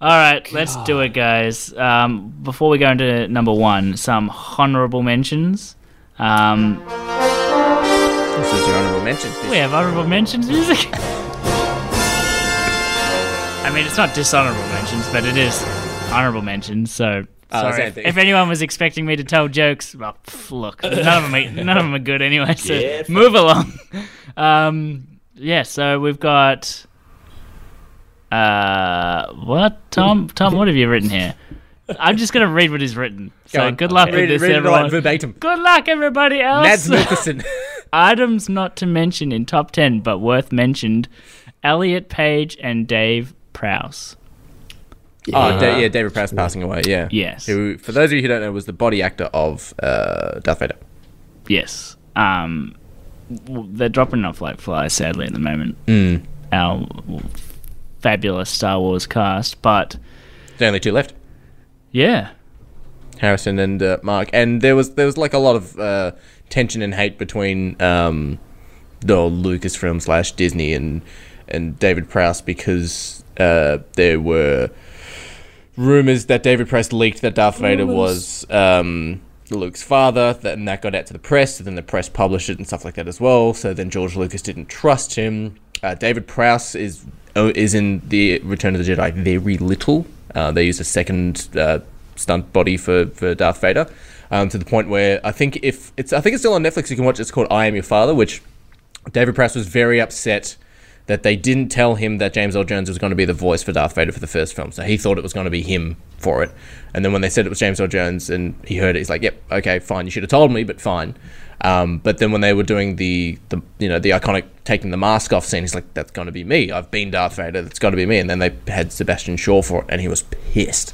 D: All right, let's do it, guys. Um, before we go into number one, some honourable mentions. Um,
A: this is your honorable mention.
D: we have honourable mentions music. I mean, it's not dishonourable mentions, but it is honourable mentions. So.
A: Oh, that's
D: Sorry. If,
A: Anthony.
D: if anyone was expecting me to tell jokes, well, pff, look, none of them are, none of them are good anyway. So
C: Yeah, fuck.
D: move along. Um, yeah, so we've got uh, what Tom? Tom, what have you written here? I'm just gonna read what he's written. So
A: on.
D: good luck
A: Read
D: with
A: it-
D: this,
A: read it all
D: everyone.
A: verbatim.
D: Good luck, everybody else.
A: Nads Oh, Wilkerson.
D: Items not to mention in top ten, but worth mentioned: Elliot Page and Dave Prowse.
A: Oh, da- yeah, David Prowse passing away. Yeah.
D: Yes.
A: Who, for those of you who don't know, was the body actor of uh, Darth Vader.
D: Yes. Um, w- they're dropping off like flies, sadly, at the moment.
A: Mm.
D: Our w- fabulous Star Wars cast, but
A: There's only two left.
D: yeah,
A: Harrison and uh, Mark, and there was there was like a lot of uh, tension and hate between um, the Lucasfilm slash Disney and and David Prowse because uh, there were rumors that David Prowse leaked that Darth Vader was um, Luke's father, that, and that got out to the press. And then the press published it and stuff like that as well. So then George Lucas didn't trust him. Uh, David Prowse is oh, is in the Return of the Jedi very little. Uh, they used a second uh, stunt body for for Darth Vader. Um, to the point where I think if it's I think it's still on Netflix you can watch it. it's called I Am Your Father which David Prowse was very upset that they didn't tell him that James Earl Jones was going to be the voice for Darth Vader for the first film. So he thought it was going to be him for it. And then when they said it was James Earl Jones and he heard it, he's like, "Yep, okay, fine. You should have told me, but fine." Um, but then when they were doing the, the you know the iconic taking the mask off scene, he's like, "That's going to be me. I've been Darth Vader. That's got to be me." And then they had Sebastian Shaw for it, and he was pissed.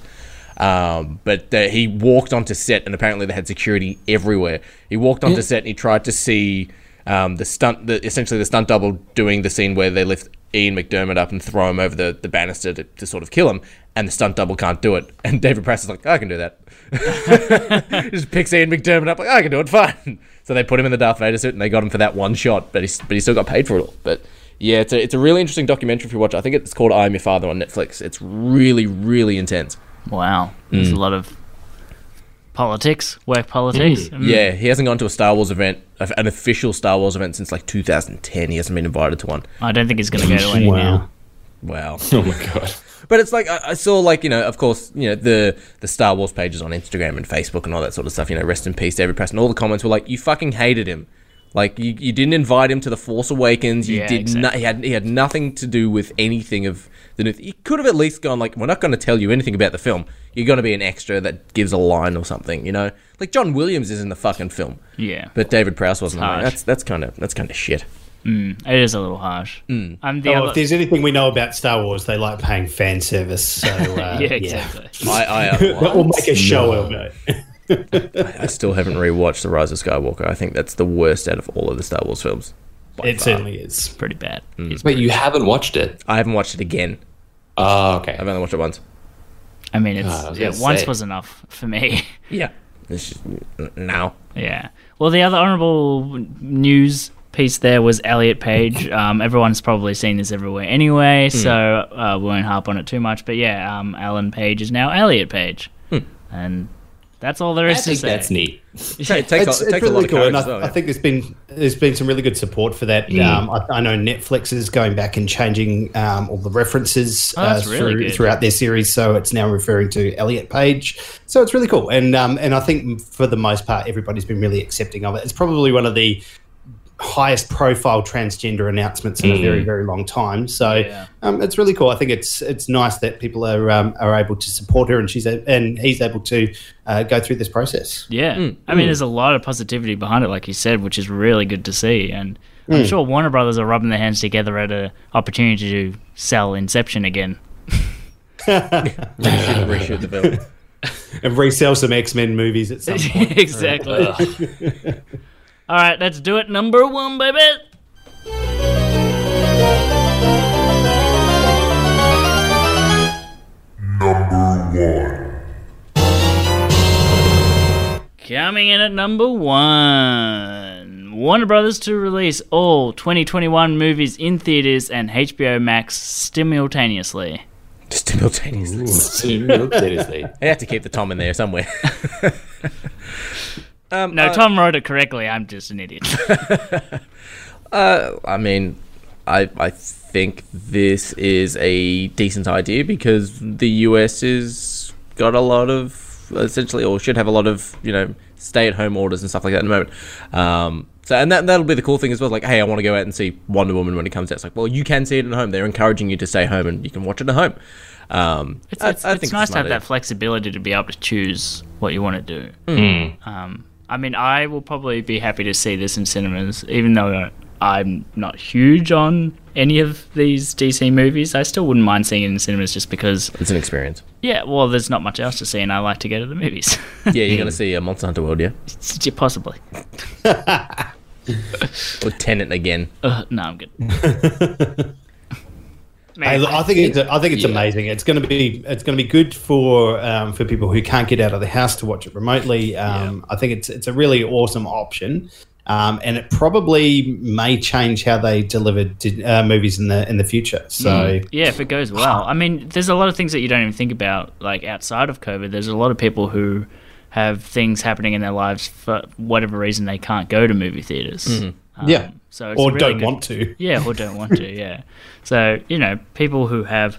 A: Um, but the, he walked onto set, and apparently they had security everywhere. He walked onto set and he tried to see um, the stunt, the, essentially the stunt double doing the scene where they lift Ian McDermott up and throw him over the, the banister to, to sort of kill him, and the stunt double can't do it. And David Press is like, I can do that. Just picks Ian McDermott up, like, I can do it, fine. So they put him in the Darth Vader suit and they got him for that one shot, but he, but he still got paid for it all. But yeah, it's a, it's a really interesting documentary if you watch it. I think it's called I Am Your Father on Netflix. It's really, really intense.
D: wow, there's
A: Mm.
D: a lot of politics, work politics. Mm.
A: Yeah, he hasn't gone to a Star Wars event, an official Star Wars event since like 2010. He hasn't been invited to one.
D: I don't think he's gonna go to any now.
E: Wow.
A: Wow.
C: Oh my god.
A: But it's like I, I saw like you know of course you know the the Star Wars pages on Instagram and Facebook and all that sort of stuff. You know, rest in peace, David Press. And all the comments were like, you fucking hated him. Like you, you didn't invite him to the Force Awakens. You
D: Yeah,
A: did
D: exactly.
A: not. He had he had nothing to do with anything of the. new- He could have at least gone like, we're not going to tell you anything about the film. You're going to be an extra that gives a line or something. You know, like John Williams is in the fucking film.
D: Yeah,
A: But David Prowse wasn't.
D: harsh.
A: Like, that's that's kind of that's kind of shit.
D: it is a little harsh.
A: Mm.
D: I'm the
C: Oh,
E: Well, Oh, if
D: other.
E: there's anything we know about Star Wars, they like paying fan service. So uh,
D: yeah, exactly.
A: I I,
E: But we'll make a show of it.
A: I still haven't rewatched The Rise of Skywalker. I think that's the worst out of all of the Star Wars films. by
E: It
A: far.
E: certainly is.
D: Pretty bad.
A: Mm.
D: It's-
C: Wait, you haven't watched it?
A: I haven't watched it again.
C: Oh, okay.
A: I've only watched it once.
D: I mean, it's
C: Oh, I was
D: yeah,
C: gonna
D: once
C: say.
D: was enough for me.
A: Yeah. It's just, n- now.
D: Yeah. Well, the other honourable news piece there was Elliot Page. Um, everyone's probably seen this everywhere anyway, so uh, we won't harp on it too much. But yeah, um, Alan Page is now Elliot Page, and that's all there
C: I
D: is to
C: think
D: say.
C: that's neat.
A: Ta- It takes,
E: it's,
A: a, it takes
E: it's
A: a lot
E: really
A: of
E: cool,
A: courage,
E: and I,
A: though,
E: I
A: yeah. Mm.
E: think there's been there's been some really good support for that. Um, I, I know Netflix is going back and changing um, all the references uh,
D: Oh, that's really
E: through-
D: good.
E: throughout their series, so it's now referring to Elliot Page. So it's really cool, and um, and I think for the most part, everybody's been really accepting of it. It's probably one of the highest profile transgender announcements in a
A: Mm.
E: very very long time. So
D: Yeah.
E: um, it's really cool. I think it's it's nice that people are um, are able to support her, and she's a, and he's able to uh, go through this process.
D: Yeah. I mean, there's a lot of positivity behind it, like you said, which is really good to see. And
C: Hmm.
D: I'm sure Warner Brothers are rubbing their hands together at an opportunity to sell Inception again.
A: Reshoot the film.
E: and resell some X Men movies at some point.
D: exactly. All right, let's do it. Number one, baby.
I: Number one.
D: Coming in at number one, Warner Brothers to release all 2021 movies in theaters and HBO Max simultaneously.
A: Simultaneously.
C: Simultaneously.
A: I have to keep the Tom in there somewhere. um,
D: No,
A: uh,
D: Tom wrote it correctly. I'm just an idiot.
A: I mean, I I think this is a decent idea because the US has got a lot of essentially, or should have a lot of you know stay-at-home orders and stuff like that in a moment. Um, so and that that'll be the cool thing as well. Like, hey, I want to go out and see Wonder Woman when it comes out. It's like, well, you can see it at home. They're encouraging you to stay home and you can watch it at home. Um,
D: It's,
A: I-
D: it's,
A: I
D: it's
A: think a
D: nice to
A: smart
D: have
A: idea.
D: that flexibility to be able to choose what you want to do.
A: Hmm.
D: Um, I mean, I will probably be happy to see this in cinemas, even though I'm not huge on any of these DC movies. I still wouldn't mind seeing it in cinemas just because,
A: It's an experience.
D: yeah, well, there's not much else to see, and I like to go to the movies.
A: Yeah, you're gonna
D: Mm.
A: see a Monster Hunter World, yeah,
D: S- Possibly.
A: or Tenant again.
D: Ugh, Uh, no, I'm good. Man,
E: I, I think it's I think it's amazing. It's going to be it's going to be good for um, for people who can't get out of the house to watch it remotely. Um, I think it's it's a really awesome option, um, and it probably may change how they deliver di- uh, movies in the in the future.
D: Mm.
E: So
D: Yeah, if it goes well. I mean, there's a lot of things that you don't even think about, like outside of COVID. There's a lot of people who have things happening in their lives for whatever reason they can't go to movie theaters. Um,
E: yeah,
D: So it's
E: Mm-hmm. or
D: really
E: don't
D: good-
E: want to.
D: Yeah, or don't want to. Yeah. So you know, people who have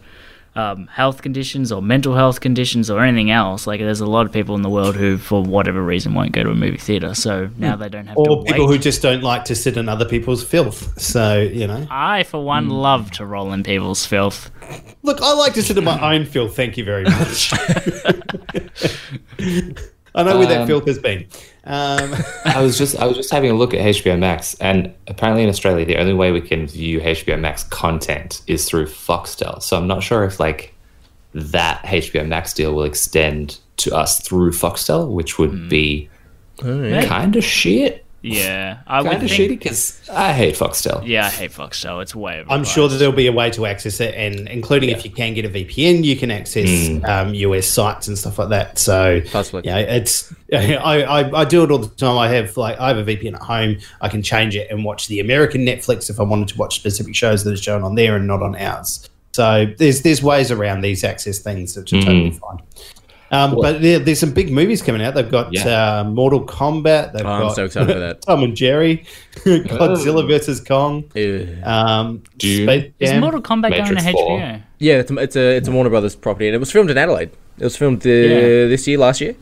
D: um, health conditions or mental health conditions or anything else, like there's a lot of people in the world who, for whatever reason, won't go to a movie theater. So now they don't have to.
E: Hmm. Or people
D: wait.
E: who just don't like to sit in other people's filth. So you know,
D: I, for one, love to roll in people's filth.
E: Look, I like to sit in my own filth. Thank you very much. I know where that filth has been. Um,
C: I was just I was just having a look at HBO Max, and apparently in Australia, the only way we can view HBO Max content is through Foxtel. So I'm not sure if like that HBO Max deal will extend to us through Foxtel, which would
D: Hmm.
C: be Oh, kind of shit,
D: Yeah, I would
C: kind of
D: think.
C: shitty because I hate Foxtel.
D: Yeah, I hate Foxtel. It's way over.
E: I'm sure that there'll be a way to access it, and including if you can get a VPN, you can access
A: Hmm.
E: um, US sites and stuff like that. So
A: Password.
E: yeah, it's I, I I do it all the time. I have like I have a VPN at home. I can change it and watch the American Netflix if I wanted to watch specific shows that are shown on there and not on ours. So there's there's ways around these access things, which are totally
A: Hmm.
E: fine. Um, but there, there's some big movies coming out. They've got
C: Yeah.
E: uh, Mortal Kombat. They've
A: Oh, I'm
E: got
A: so excited for that. Oh.
E: Tom and Jerry, Godzilla versus Kong.
A: Ew.
E: Um,
C: Dune.
E: Space
D: Is
E: Jam.
D: Mortal Kombat going
C: Matrix
D: to
C: 4.
D: HBO?
A: Yeah, it's a, it's a it's a Warner Brothers property, and it was filmed in Adelaide. It was filmed uh,
D: Yeah.
A: this year, last year,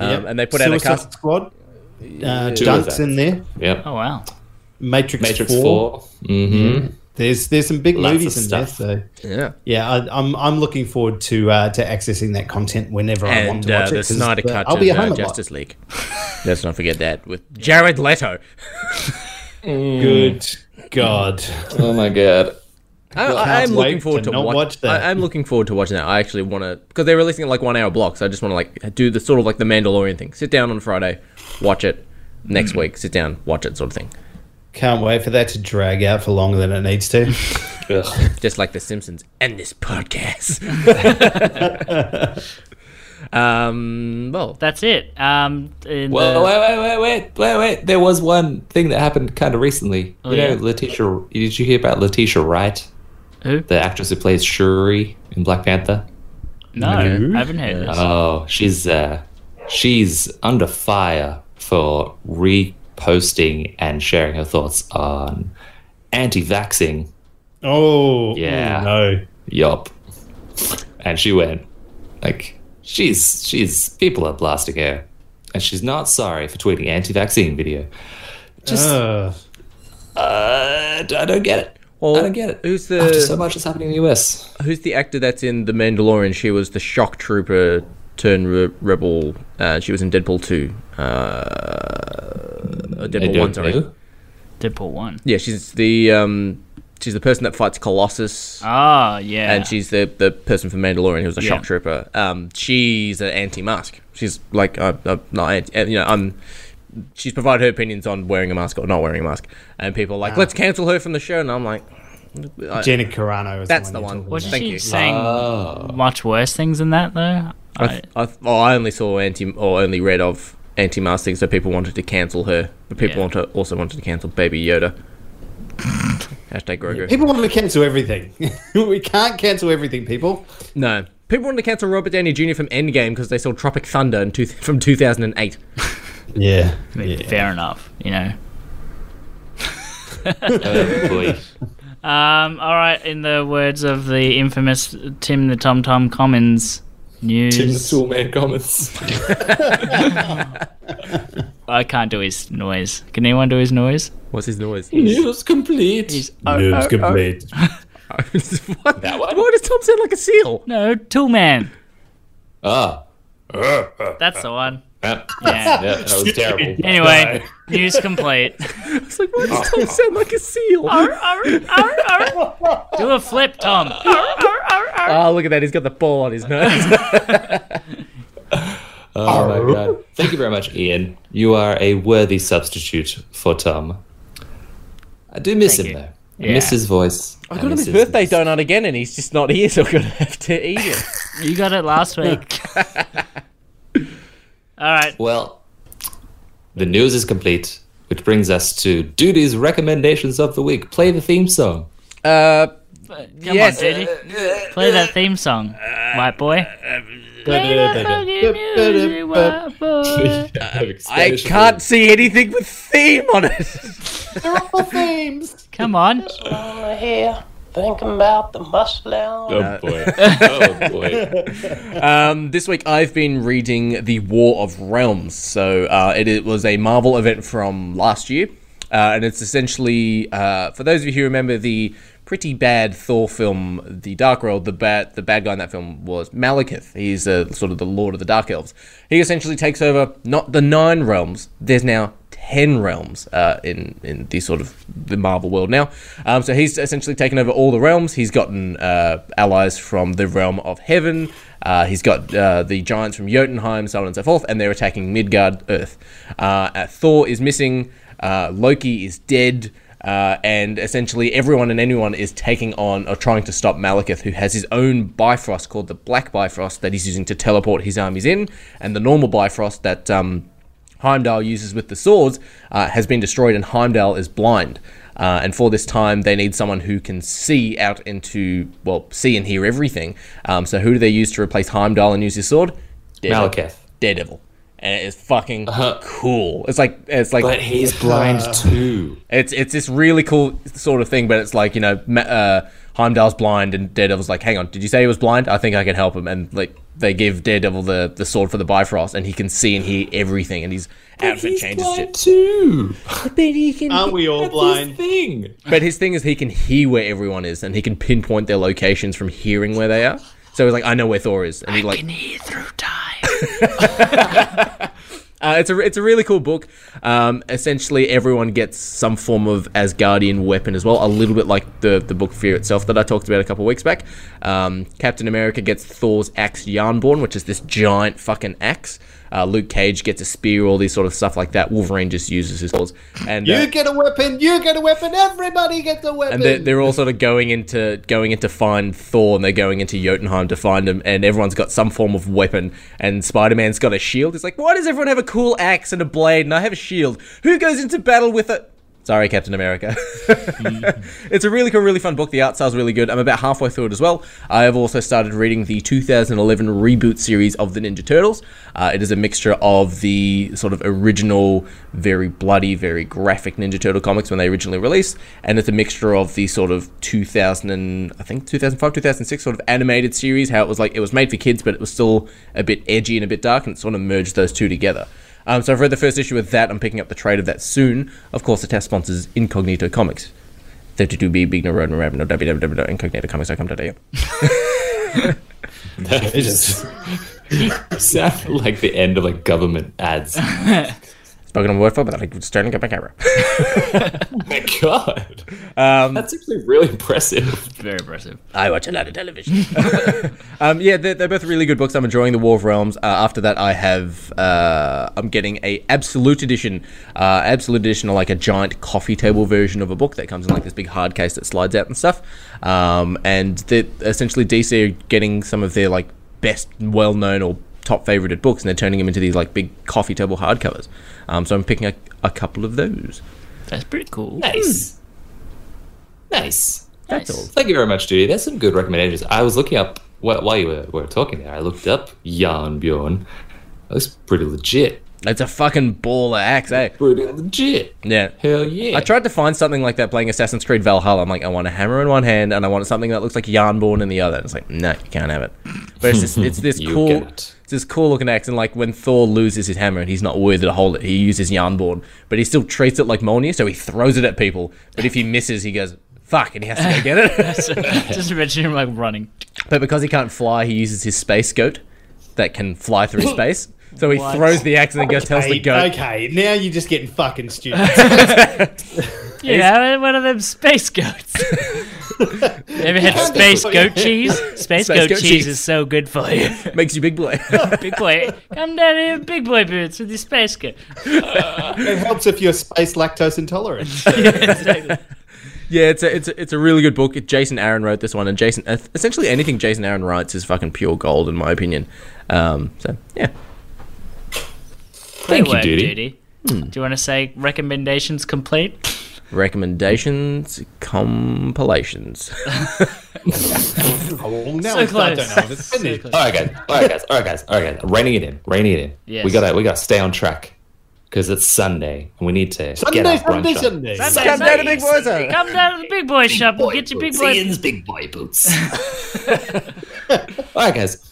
A: um,
E: Yep.
A: and they put
E: Suicide
A: out a cast.
E: Squad. Uh,
C: Two of
E: Dunks
C: that.
E: in there.
C: Yep.
D: Oh wow!
E: Matrix,
C: Matrix
E: 4.
C: 4 Mm-hmm.
E: There's there's some big
C: Lots of
E: movies in there.
C: stuff.
E: So
A: Yeah,
E: yeah, I, I'm I'm looking forward to uh, to accessing that content whenever I want
A: and
E: to watch
A: uh,
E: it.
A: the
E: 'cause,
A: Snyder
E: uh,
A: Cut
E: I'll be
A: of
E: at home
A: uh,
E: a lot.
A: Justice League. Let's not forget that with Jared Leto.
E: Good God,
C: Oh my god.
A: I, I,
E: can't
A: am
E: wait
A: looking forward to,
E: to not
A: watch,
E: watch that.
A: I, I'm looking forward to watching that. I actually want to because they're releasing it like one hour blocks. I just want to like do the sort of like the Mandalorian thing. Sit down on Friday, watch it. Next
E: Mm.
A: week, sit down, watch it, sort of thing.
E: can't wait for that to drag out for longer than it needs to.
C: Ugh.
A: just like The Simpsons and this podcast. um, well,
D: That's it. Um, in
C: Well,
D: the,
A: uh,
C: wait, wait, wait, wait, wait, wait. There was one thing that happened kind of recently. you know,
D: Oh, yeah.
C: Letitia. Did you hear about Letitia Wright,
D: who?
C: the actress who plays Shuri in Black Panther?
D: No, I haven't heard this.
A: Uh-huh.
C: Oh, she's uh, she's under fire for reposting and sharing her thoughts on anti-vaxing.
E: Oh
C: Yeah.
E: no.
C: Yup. And she went, like, she's she's people are blasting her, and she's not sorry for tweeting anti-vaccine video. Just
A: Ah.
E: Ugh.
C: Uh, I don't get it.
A: Well,
C: I don't get it.
A: who's the-
C: After so much is happening in the US?
A: who's the actor that's in The Mandalorian? She was the shock trooper turned re- rebel. Uh, she was in Deadpool 2. Uh, uh,
C: I
A: Deadpool
C: don't
A: 1, sorry.
C: know.
D: Deadpool one.
A: Yeah, she's the um, she's the person that fights Colossus.
D: Ah, yeah.
A: And she's the, the person from Mandalorian who was a
D: Yeah.
A: shock trooper. Um, she's an anti-mask. She's like, I'm, I'm not, anti, uh, you know, I'm. She's provided her opinions on wearing a mask or not wearing a mask, and people are
D: Ah.
A: like, let's cancel her from the show. And I'm like, I-
E: Jenna Carano is
A: that's
E: the
A: the
E: one. you're
A: one.
E: talking
D: Wasn't
A: Thank
D: she
A: you. Uh,
D: saying much worse things than that though?
A: I, I, oh, I only saw anti or only read of anti-mask thing, so people wanted to cancel her, but people
D: Yeah.
A: want to, also wanted to cancel Baby Yoda. Hashtag Grogu.
E: People want to cancel everything. we can't cancel everything, people.
A: no, people wanted to cancel Robert Downey Jr. from Endgame because they saw Tropic Thunder in two, from 2008.
E: Yeah.
D: Fair enough, you know.
A: Uh,
C: Boy.
D: Um, all right, in the words of the infamous Tim the Tom Tom Commons news.
C: Tim the Tool Man comments.
D: I can't do his noise. Can anyone do his noise?
A: What's his noise?
C: News complete.
E: News complete.
A: what?
C: That one?
A: Why does Tom sound like a seal?
D: No, Tool Man.
C: Ah.
D: That's the one.
C: Yeah,
D: Yeah.
C: yeah, that was terrible.
D: Anyway, news complete.
A: It's like, why does Tom sound like a seal?
D: Arr, arr, arr, arr. Do a flip, Tom. Arr, arr, arr, arr.
A: Oh, look at that. He's got the ball on his nose.
C: Oh my god. Thank you very much, Ian. You are a worthy substitute for Tom. I do miss
D: Thank
C: him
D: you.
C: though. I miss
D: Yeah.
C: his voice.
A: I got him his birthday donut again, and he's just not here, so we're going to have to eat it.
D: You got it last week. all right.
C: Well, the news is complete, which brings us to Duty's recommendations of the week. Play the theme song.
A: Uh,
D: Come
A: Yes.
D: on, Judy. Play that theme song, white boy.
A: I can't see anything with theme on it.
D: Come on.
G: Thinking about the must now.
C: Oh boy. Oh boy.
A: Um, this week I've been reading The War of Realms. So uh, it, it was a Marvel event from last year. Uh, and it's essentially, uh, for those of you who remember the pretty bad Thor film, The Dark World, the bad, the bad guy in that film was Malekith. He's uh, sort of the Lord of the Dark Elves. He essentially takes over not the nine realms, there's now 10 realms uh, in in the sort of the Marvel world now. Um, so he's essentially taken over all the realms. He's gotten uh, allies from the realm of heaven. Uh, he's got uh, the giants from Jotunheim, so on and so forth, and they're attacking Midgard Earth. Uh, uh, Thor is missing. Uh, Loki is dead. Uh, and essentially, everyone and anyone is taking on or trying to stop Malekith, who has his own Bifrost called the Black Bifrost that he's using to teleport his armies in, and the normal Bifrost that um, Heimdall uses with the swords uh, has been destroyed, and Heimdall is blind. Uh, and for this time, they need someone who can see out into, well, see and hear everything. Um, so, who do they use to replace Heimdall and use his sword? Daredevil.
C: Malekith. Uh-huh.
A: Daredevil. And it is fucking cool. It's like it's like
C: But he's
A: Uh,
C: blind too.
A: it's it's this really cool sort of thing, but it's like you know Ma- uh, Heimdall's blind and Daredevil's like, hang on, did you say he was blind? I think I can help him, and like they give Daredevil the, the sword for the Bifrost, and he can see and hear everything, and his outfit changes shit.
C: too.
E: Aren't we all blind?
C: Thing.
A: But his thing is he can hear where everyone is, and he can pinpoint their locations from hearing where they are. So he's like, I know where Thor is, and he like
D: Can hear through time.
A: Uh, it's a it's a really cool book. Um, essentially, everyone gets some form of Asgardian weapon as well, a little bit like the the book Fear itself that I talked about a couple weeks back. Um, Captain America gets Thor's axe Yarnborn, which is this giant fucking axe. Uh, Luke Cage gets a spear, all these sort of stuff like that. Wolverine just uses his swords, and uh,
E: You get a weapon. You get a weapon. Everybody gets a weapon.
A: and they're, they're all sort of going into going into find Thor, and they're going into Jotunheim to find him. And everyone's got some form of weapon, and Spider Man's got a shield. It's like, why does everyone have a cool axe and a blade, and I have a shield? Who goes into battle with a? Sorry, Captain America. it's a really cool, really fun book. The art style's really good. I'm about halfway through it as well. I have also started reading the 2011 reboot series of the Ninja Turtles. Uh, it is a mixture of the sort of original, very bloody, very graphic Ninja Turtle comics when they originally released, and it's a mixture of the sort of 2000 and I think 2005, 2006 sort of animated series. How it was like it was made for kids, but it was still a bit edgy and a bit dark, and it sort of merged those two together. Um, so I've read the first issue of that. I'm picking up the trade of that soon. Of course, the test sponsors is Incognito Comics. 32B, Big No Road, and Ravenel, www.incognitocomics.com.au.
E: Jesus.
C: Sound like the end of like government ads.
A: Spoken on word for, but I like starting up my camera.
C: my god. Um, That's actually really impressive.
D: Very impressive.
A: I watch a lot of television. um, yeah, they're, they're both really good books. I'm enjoying The War of Realms. Uh, after that, I have uh, I'm getting a Absolute Edition. Uh, Absolute Edition are like a giant coffee table version of a book that comes in like this big hard case that slides out and stuff. Um, and they're essentially DC are getting some of their like best well known or top favorited books, and they're turning them into these like big coffee table hardcovers. Um, so I'm picking a, a couple of those.
D: That's pretty cool. Hmm.
C: Nice. Nice.
A: That's
D: Nice.
A: all.
C: Thank you very much, Judy. That's some good recommendations. I was looking up wh- while you were, were talking there. I looked up Jan Bjorn. That looks pretty legit.
A: It's a fucking baller axe, eh?
C: Pretty legit.
A: Yeah.
C: Hell yeah.
A: I tried to find something like that playing Assassin's Creed Valhalla. I'm like, I want a hammer in one hand, and I want something that looks like Yarnborn in the other. And it's like, no, you can't have it. But it's this, it's this
C: You
A: cool,
C: cannot.
A: it's this cool looking axe. And like when Thor loses his hammer and he's not worthy to hold it, he uses Yarnborn, but he still treats it like Mjolnir, so he throws it at people. But if he misses, he goes fuck, and he has to go get it.
D: Just imagine him like running.
A: but because he can't fly, he uses his space goat that can fly through space. So he throws the axe and then goes tells the
E: Hey,
A: goat.
E: okay, now you're just getting fucking stupid.
D: Yeah, one of them space goats. Ever had space goat cheese? Space, goat,
A: goat
D: cheese,
A: cheese.
D: is so good for you.
A: Makes you big boy.
D: big boy, come down here, big boy boots with your space goat.
E: it helps if you're space lactose intolerant. Oh,
A: Yeah, it's a, it's a, it's a really good book. Jason Aaron wrote this one, and Jason essentially anything Jason Aaron writes is fucking pure gold in my opinion. Um, so yeah,
D: Great
C: you,
D: work,
C: Judy.
D: Do you want to say recommendations complete?
A: recommendations, compilations.
E: Oh, now
D: So
E: it's- I
D: close.
E: don't know if it's finished.
C: All right, guys. All right, guys. All right, guys. All right, guys. Reining it in. Reining it in.
D: Yes.
C: We gotta we gotta stay on track because it's Sunday and we need to get
E: Sunday,
C: our
E: Sunday,
C: brunch on.
E: Sunday.
A: Come down to Big Boy's Own.
D: Come down to the big boy shop and get your big boy.
C: Ian's big boy boots. All right, guys.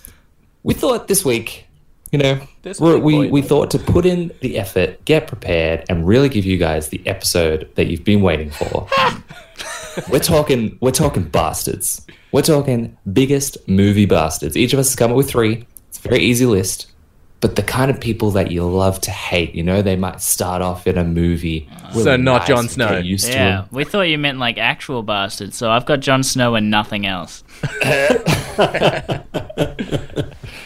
C: We thought this week, you know, we're,
A: big
C: we
A: boy
C: we thought to put in the effort, get prepared, and really give you guys the episode that you've been waiting for. we're talking we're talking bastards. We're talking biggest movie bastards. Each of us has come up with three. It's a very easy list. But the kind of people that you love to hate, you know, they might start off in a movie. really
A: not Jon
C: and
A: Snow.
C: get Used to 'em.
D: Yeah, we thought you meant like actual bastards. So I've got Jon Snow and nothing else.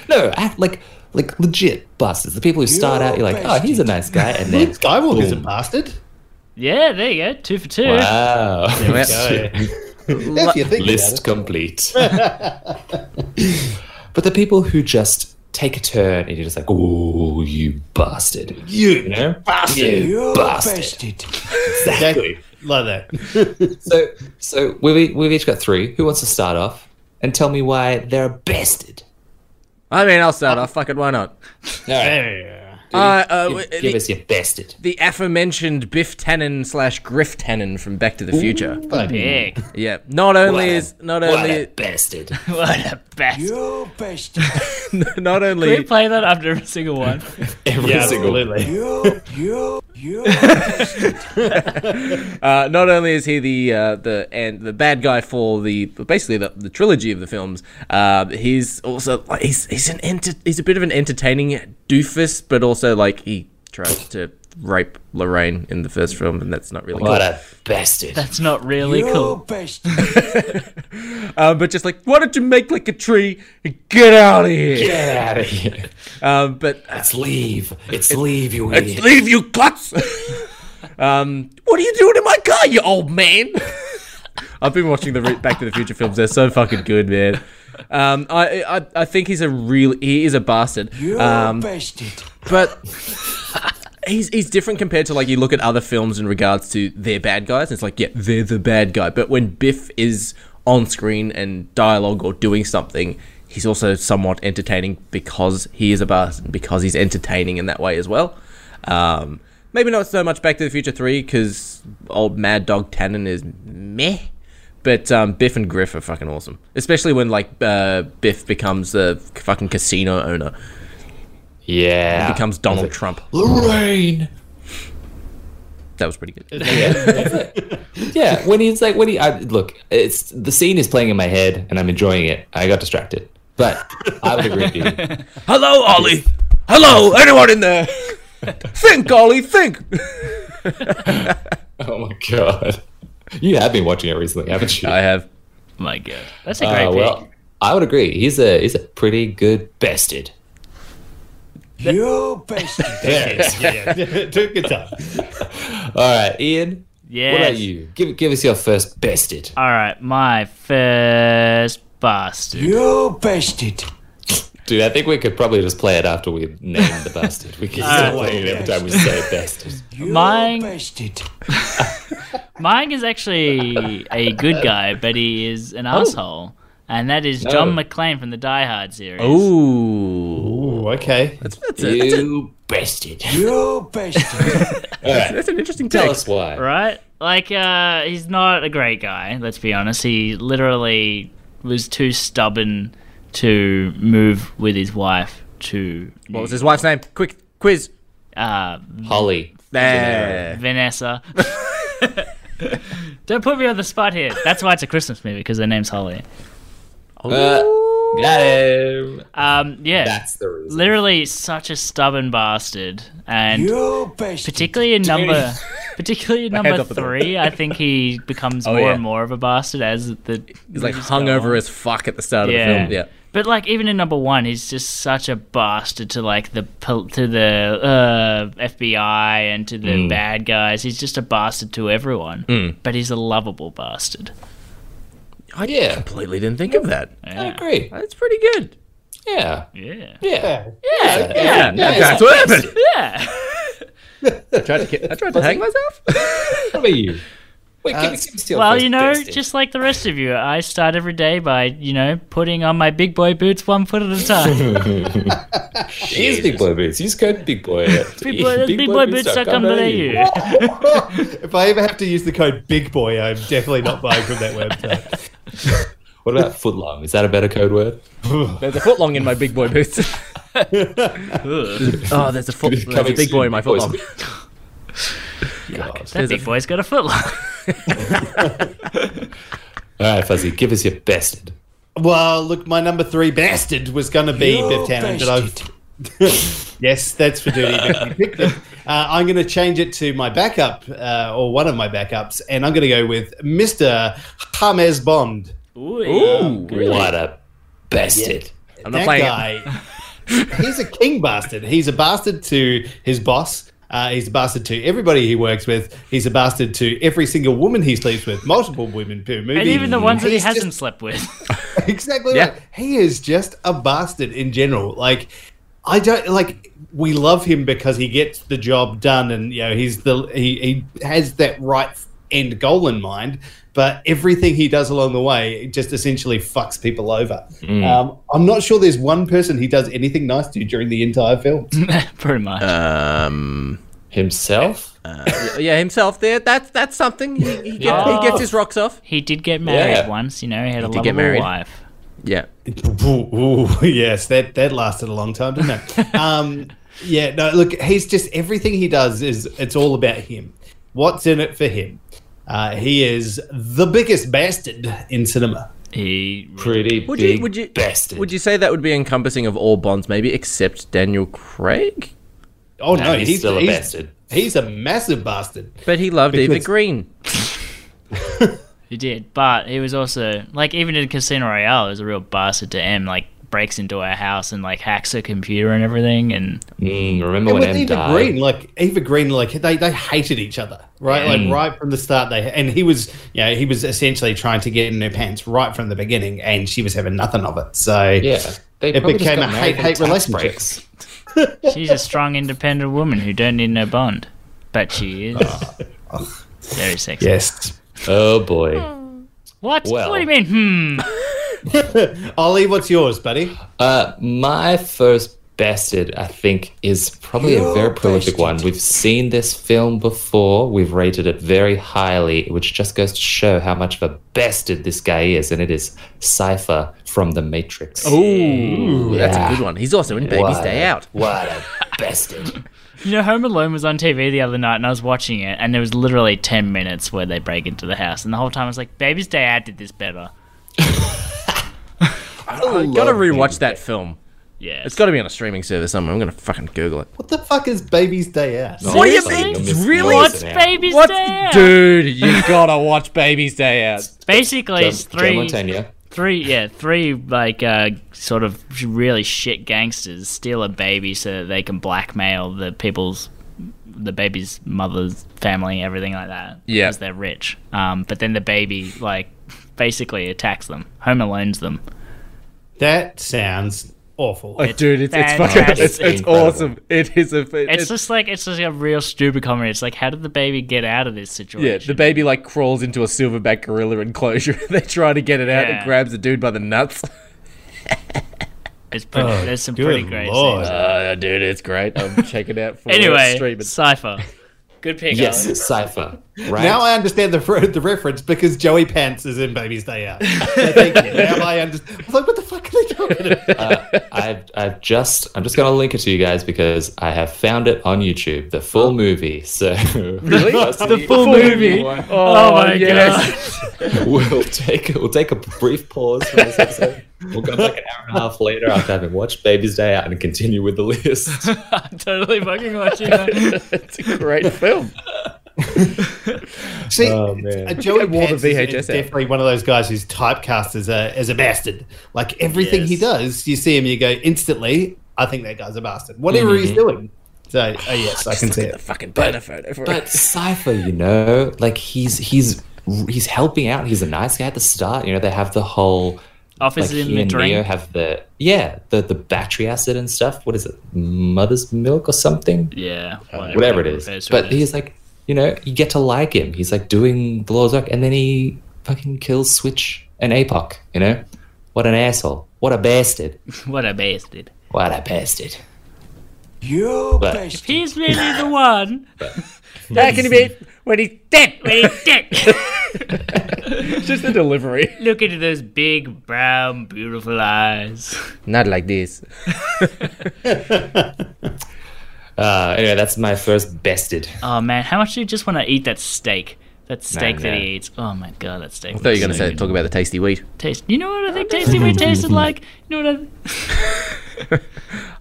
C: No, act like like legit bastards. The people who start out, you're like, oh, he's a nice guy, and then
E: Luke Skywalker's a
C: Boom.
E: bastard.
D: Yeah, there you go, two for two.
C: wow,
E: If you think about it.
C: list complete. but the people who just take a turn and you're just like, oh, you bastard, you, know, bastard, you bastard.
E: Exactly. Love that.
C: So, so we've e, we've each got three. Who wants to start off and tell me why they're a bastard?
A: I mean, I'll start off. Fuck it, why not? Uh, uh,
C: Give,
A: w-
C: give
A: the,
C: us your bastard.
A: the aforementioned Biff Tannen slash Griff Tannen from Back to the Future.
D: Big.
A: Oh, Yeah, not
C: What
A: only
C: a-
A: is not
C: what a
A: only
C: bastard.
D: What a bastard.
J: You bastard.
A: not
D: Can we
A: only
D: play that after every single one?
C: Every
E: Yeah,
C: single
E: absolutely.
J: You, you, you.
A: Uh, not only is he the uh, the and the bad guy for the basically the, the trilogy of the films, uh, he's also like, he's he's an enter- he's a bit of an entertaining doofus, but also like he tries to rape Lorraine in the first film, and that's not really
C: What
A: cool.
C: a bastard.
D: That's not really cool. Oh
J: bastard.
A: Uh, but just like, why don't you make like a tree and get out of here?
C: Get out of here.
A: Um, but
C: Let's leave. It's leave, you
A: Let's
C: idiot.
A: leave you cuts. um, what are you doing in my car, you old man? I've been watching the re- Back to the Future films. They're so fucking good, man. Um, I, I I think he's a real he is a bastard. Um,
J: bastard.
A: but he's he's different compared to like you look at other films in regards to they're bad guys. It's like yeah, they're the bad guy. But when Biff is on screen and dialogue or doing something, he's also somewhat entertaining because he is a bastard because he's entertaining in that way as well. Um, maybe not so much Back to the Future Three because old Mad Dog Tannen is meh. But um, Biff and Griff are fucking awesome, especially when like uh, Biff becomes a fucking casino owner,
C: Yeah.
A: becomes Donald Trump.
C: Lorraine.
A: That was pretty good.
C: Yeah, when he's like, when he I, look, it's the scene is playing in my head, and I'm enjoying it. I got distracted, but I would agree with you.
A: Hello, Ollie. Hello, anyone in there? think, Ollie, think.
C: Oh my god, you have been watching it recently, haven't you?
A: I have.
D: My God, that's a
C: Uh,
D: great
C: well,
D: pick.
C: I would agree. He's a he's a pretty good bastard.
J: You bastard.
E: Yeah, yeah. Took your time.
C: All right, Ian.
D: Yeah.
C: What about you? Give give us your first bastard.
D: All right, my first bastard.
J: You bastard.
C: Dude, I think we could probably just play it after we name the bastard. We can
D: Alright.
C: still play it every time we say bastard.
D: Mine, Mine is actually a good guy, but he is an asshole, and that is
C: Oh. No. Oh.
D: John McClane from the Die Hard series.
A: Ooh,
E: Ooh, okay.
A: that's that's, a, that's, a,
C: You bastard.
J: You bastard.
A: that's an interesting
C: Tell
A: take.
C: us why.
D: right? Like, uh, he's not a great guy, let's be honest. He literally was too stubborn to move with his wife to
A: What was his wife's name? Quick quiz.
D: uh,
C: Holly.
A: There.
D: Vanessa. Don't put me on the spot here. That's why it's a Christmas movie, because their name's Holly.
C: Uh, got him.
D: Um, yeah.
C: That's the reason.
D: literally such a stubborn bastard and
J: You bastard.
D: particularly in number particularly in number
A: off the door.
D: three i think he becomes
A: Oh,
D: more
A: yeah.
D: and more of a bastard as the
A: He's like hung over as fuck at the start of the
D: yeah.
A: film. Yeah.
D: but like even in number one he's just such a bastard to like the pol- to the uh, fbi and to the bad guys he's just a bastard to everyone but he's a lovable bastard
A: I
C: Yeah.
A: completely didn't think of that.
C: I agree.
A: That's pretty good.
C: Yeah.
D: yeah
C: Yeah.
D: yeah yeah
A: that's what happened.
D: yeah
A: I tried to, ki- I tried to hang myself.
C: What about you? Wait, give me, give me still
D: Well,
C: first
D: you know,
C: bastard.
D: just like the rest of you, I start every day by, you know, putting on my big boy boots one foot at a time.
C: He's big boy boots. He's got big boy.
D: big boy, big boy boots don't come to you.
E: if I ever have to use the code Big Boy, I'm definitely not buying from that website.
C: What about footlong? Is that a better code word?
A: There's a foot long in my big boy boots. oh, there's a foot.
C: It's
A: There's a
C: coming
A: big boy
C: soon,
A: in my
C: big boy.
A: foot long.
D: That
A: There's a-
D: big boy's got a foot long.
C: All right, Fuzzy, give us your bastard.
E: well, look, my number three bastard was going to be Biff Tannen, but I've. yes, that's for duty. but you picked it. Uh, I'm going to change it to my backup, uh, or one of my backups, and I'm going to go with Mr. James Bond.
A: Ooh,
C: What a bastard.
A: I'm not playing it.
E: guy, he's a king bastard. He's a bastard to his boss. Uh, he's a bastard to everybody he works with. He's a bastard to every single woman he sleeps with, multiple women per movie,
D: And even the ones that he
E: He's just-
D: hasn't slept with.
E: exactly
A: Yeah.
E: right. He is just a bastard in general. Like I don't like we love him because he gets the job done and you know he's the he, he has that right end goal in mind, but everything he does along the way just essentially fucks people over. Um, I'm not sure there's one person he does anything nice to during the entire film.
D: Pretty much.
A: Um,
C: Himself?
A: yeah, himself there. That's that's something. He, he, gets,
D: Yeah.
A: he gets his rocks off.
D: he did get married
C: Yeah.
D: once, you know, he had a
A: did get
D: lovable
A: married.
D: wife.
A: Yeah.
E: Ooh, ooh, yes, that that lasted a long time, didn't it? um, yeah, no, look, he's just everything he does is it's all about him. What's in it for him? Uh, he is the biggest bastard in cinema.
D: He
C: Pretty
A: Would
C: big
A: you would you
C: bastard.
A: would you say that would be encompassing of all Bonds, maybe except Daniel Craig?
E: Oh no,
C: he's
E: he's,
C: still a
E: he's-
C: bastard.
E: He's a massive bastard.
A: But he loved Eva
E: Because-
A: Green.
D: he did. But he was also like even in Casino Royale he was a real bastard to M, like breaks into our house and like hacks her computer and everything and
C: Mm, remember
E: And
C: when
E: with
C: M
E: Eva
C: died?
E: Green, like Eva Green, like they, they hated each other, right?
C: Mm.
E: Like right from the start, they and he was, you know, he was essentially trying to get in her pants right from the beginning, and she was having nothing of it. So
C: Yeah. They
E: It
C: probably just
E: became
C: got
E: a
C: married
E: hate- hate
C: from tax
E: relationship.
C: breaks.
D: She's a strong, independent woman who don't need no bond, but she is
A: Ah.
D: very sexy.
E: yes,
C: Oh, boy.
D: What?
C: Well.
D: What do you mean? Hmm.
E: Ollie, what's yours, buddy?
C: Uh, my first bastard, I think, is probably a very prolific one. We've seen this film before. We've rated it very highly, which just goes to show how much of a bastard this guy is, and it is Cipher from The Matrix.
A: Ooh, that's a good one. He's also in Baby's
C: What
A: Day
C: a-
A: Out.
C: What a bastard!
D: You know, Home Alone was on TV the other night, and I was watching it, and there was literally ten minutes where they break into the house, and the whole time I was like, "Baby's Day Out did this better."
A: I gotta rewatch that film.
D: Yeah.
A: It's gotta be on a streaming service somewhere. I'm gonna fucking Google it.
E: What the fuck is Baby's Day Out?
A: What do you
D: Seriously?
A: mean?
C: Miss
A: Really?
C: What's
D: What's
C: Day Out.
D: Baby's
A: What,
D: Day Out?
A: dude? You gotta watch Baby's Day Out.
D: Basically,
C: Joe-
D: it's
C: Joe
D: three,
C: Montana.
D: three, yeah, three like uh, sort of really shit gangsters steal a baby so that they can blackmail the people's, the baby's mother's family, everything like that.
A: Yeah.
D: because they're rich. Um, but then the baby like basically attacks them, home alones them.
E: That sounds awful.
A: Like, Oh, dude, it's, it's fucking, it's, it's
C: Fantastic.
A: awesome. It is a, it-
D: It's,
A: it's-
D: just like it's just a real stupid comedy. It's like, how did the baby get out of this
A: yeah.
D: situation?
A: The baby like crawls into a silverback gorilla enclosure. they try to get it out.
D: Yeah.
A: It grabs the dude by the nuts.
D: It's pretty,
E: Oh,
D: there's some
E: good
D: pretty great
E: lord.
D: scenes.
A: Uh, dude, it's great. I'm checking out for
D: Anyway,
A: streaming.
D: Cypher. Good pick,
C: Yes,
D: Alan.
C: Cypher. Right?
E: Now I understand the the reference because Joey Pants is in Baby's Day Out. So thank you. Now I understand. I was like, what the fuck are they talking about?
C: uh, I've, I've just I'm just gonna link it to you guys because I have found it on YouTube, the full movie. So really,
D: The full movie.
A: Oh,
D: Oh my
A: yes.
C: we'll take we'll take a brief pause from this episode. We'll come back an hour and a half later after having watched Baby's Day Out and continue with the list.
D: I'm totally fucking watching that.
A: it's a great film.
E: See,
C: Oh, man.
E: uh, Joey
A: I wore the
E: Pants is-
A: VHS
E: is
A: out.
E: definitely one of those guys who's typecast as a, as a bastard. Like everything he
D: Yes.
E: does, you see him, you go instantly, I think that guy's a bastard. Whatever he's doing. So, uh, yes, I can see
A: The
E: it.
A: fucking banner photo for
C: But Cypher, you know, like he's he's he's helping out. He's a nice guy at the start. You know, they have the whole
D: Office
C: like
D: in
C: he
D: the
C: and Neo
D: drink.
C: have the yeah the the battery acid and stuff. What is it? Mother's milk or something?
D: Yeah,
C: Whatever it is. But he's like, you know, you get to like him. He's like doing the Lord's work, and then he fucking kills Switch and Apoc. You know, what an asshole! What a bastard!
D: what a bastard.
C: What a bastard!
J: You
C: But-
J: best.
D: He's really the one.
A: That can be when he's dead.
D: Wait, dick.
A: Just the delivery.
D: Look into those big, brown, beautiful eyes.
A: Not like this.
C: Uh, anyway, that's my first bested.
D: Oh man, how much do you just want to eat that steak? That steak that
C: no.
D: he eats. Oh my god, that steak.
A: I thought you were going to
D: looks so
A: say
D: good.
A: talk about the tasty wheat.
D: taste. You know what I think tasty wheat tasted like? You know what I.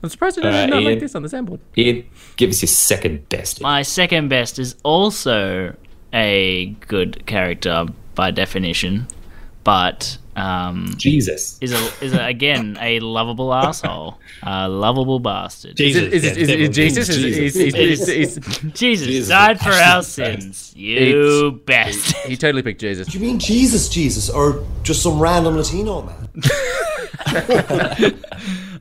A: I'm surprised it
C: All right,
A: did not
C: Ian.
A: like this on the soundboard.
C: Ian, give us your second bested.
D: My second best is also a good character by definition, but um,
C: Jesus.
D: is a, is a, again a lovable asshole, a lovable bastard.
E: Jesus.
A: Is, is, is,
E: yeah,
A: is Jesus? Is, is, is, is, is, is-
D: Jesus,
C: Jesus
D: died for our
C: Christ.
D: sins, you bastard.
A: he totally picked Jesus.
K: You mean Jesus, Jesus, or just some random Latino man?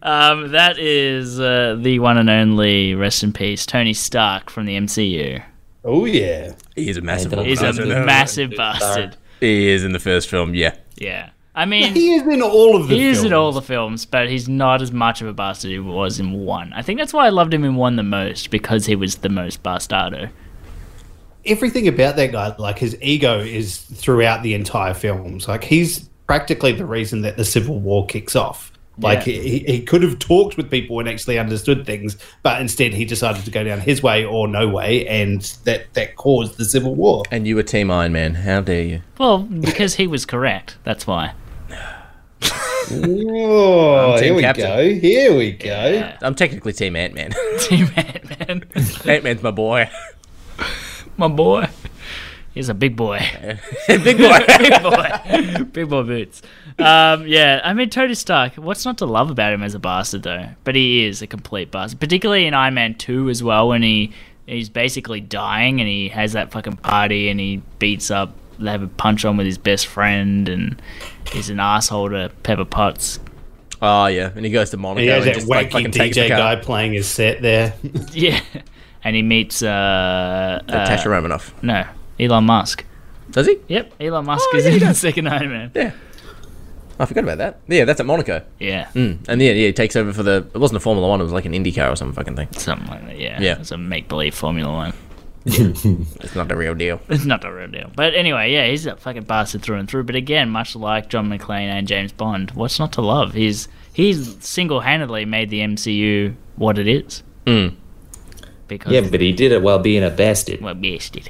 D: Um, that is uh, the one and only rest in peace Tony Stark from the MCU.
E: Oh, yeah.
A: He is a massive.
C: I don't
D: He's
C: know. I
D: a
C: don't know.
D: massive bastard.
A: He is in the first film. Yeah.
D: Yeah, I mean.
E: He is in all of the
D: He is in
E: films.
D: all the films, but he's not as much of a bastard as he was in one. I think that's why I loved him in one the most because he was the most bastardo.
E: everything about that guy, like his ego, is throughout the entire films. Like he's practically the reason that the Civil War kicks off. Like he, he could have talked with people and actually understood things, but instead he decided to go down his way or no way, and that that caused the Civil War.
A: And you were Team Iron Man. How dare you?
D: Well, because he was correct. That's why.
E: Oh,
A: here we Captain. go,
E: Here we go.
A: I'm technically Team Ant Man.
D: Team Ant-Man,
A: Ant Man's my boy.
D: my boy. He's a big boy.
A: Big boy.
D: Big boy. big boy boots. Um, yeah, I mean, Tony Stark, what's not to love about him as a bastard, though? But he is a complete bastard. Particularly in Iron Man 2 as well, when he he's basically dying and he has that fucking party and he beats up, they have a punch on with his best friend and he's an asshole to Pepper Potts.
A: oh yeah, and he goes to Monaco
E: He has
A: and
E: that
A: just
E: wacky
A: like fucking takes
E: DJ
A: the
E: guy
A: car.
E: playing his set there.
D: Yeah. And he meets, uh, uh
A: Natasha Romanoff.
D: no, Elon Musk.
A: Does he?
D: Yep, Elon Musk
A: Oh,
D: is
A: yeah, he
D: in the
A: does.
D: second Iron Man.
A: Yeah. Oh, I forgot about that. Yeah, that's at Monaco.
D: Yeah,
A: Mm. And yeah, yeah, he takes over for the. It wasn't a Formula One. It was like an IndyCar or some fucking thing.
D: something like that. Yeah,
A: Yeah.
D: it's a make-believe Formula One.
A: It's not a real deal.
D: It's not a real deal. But anyway, yeah, he's a fucking bastard through and through. But again, much like John McClane and James Bond, what's not to love? He's he's single handedly made the MCU what it is. Because
C: Yeah, but he did it while being a bastard.
D: well, bastard.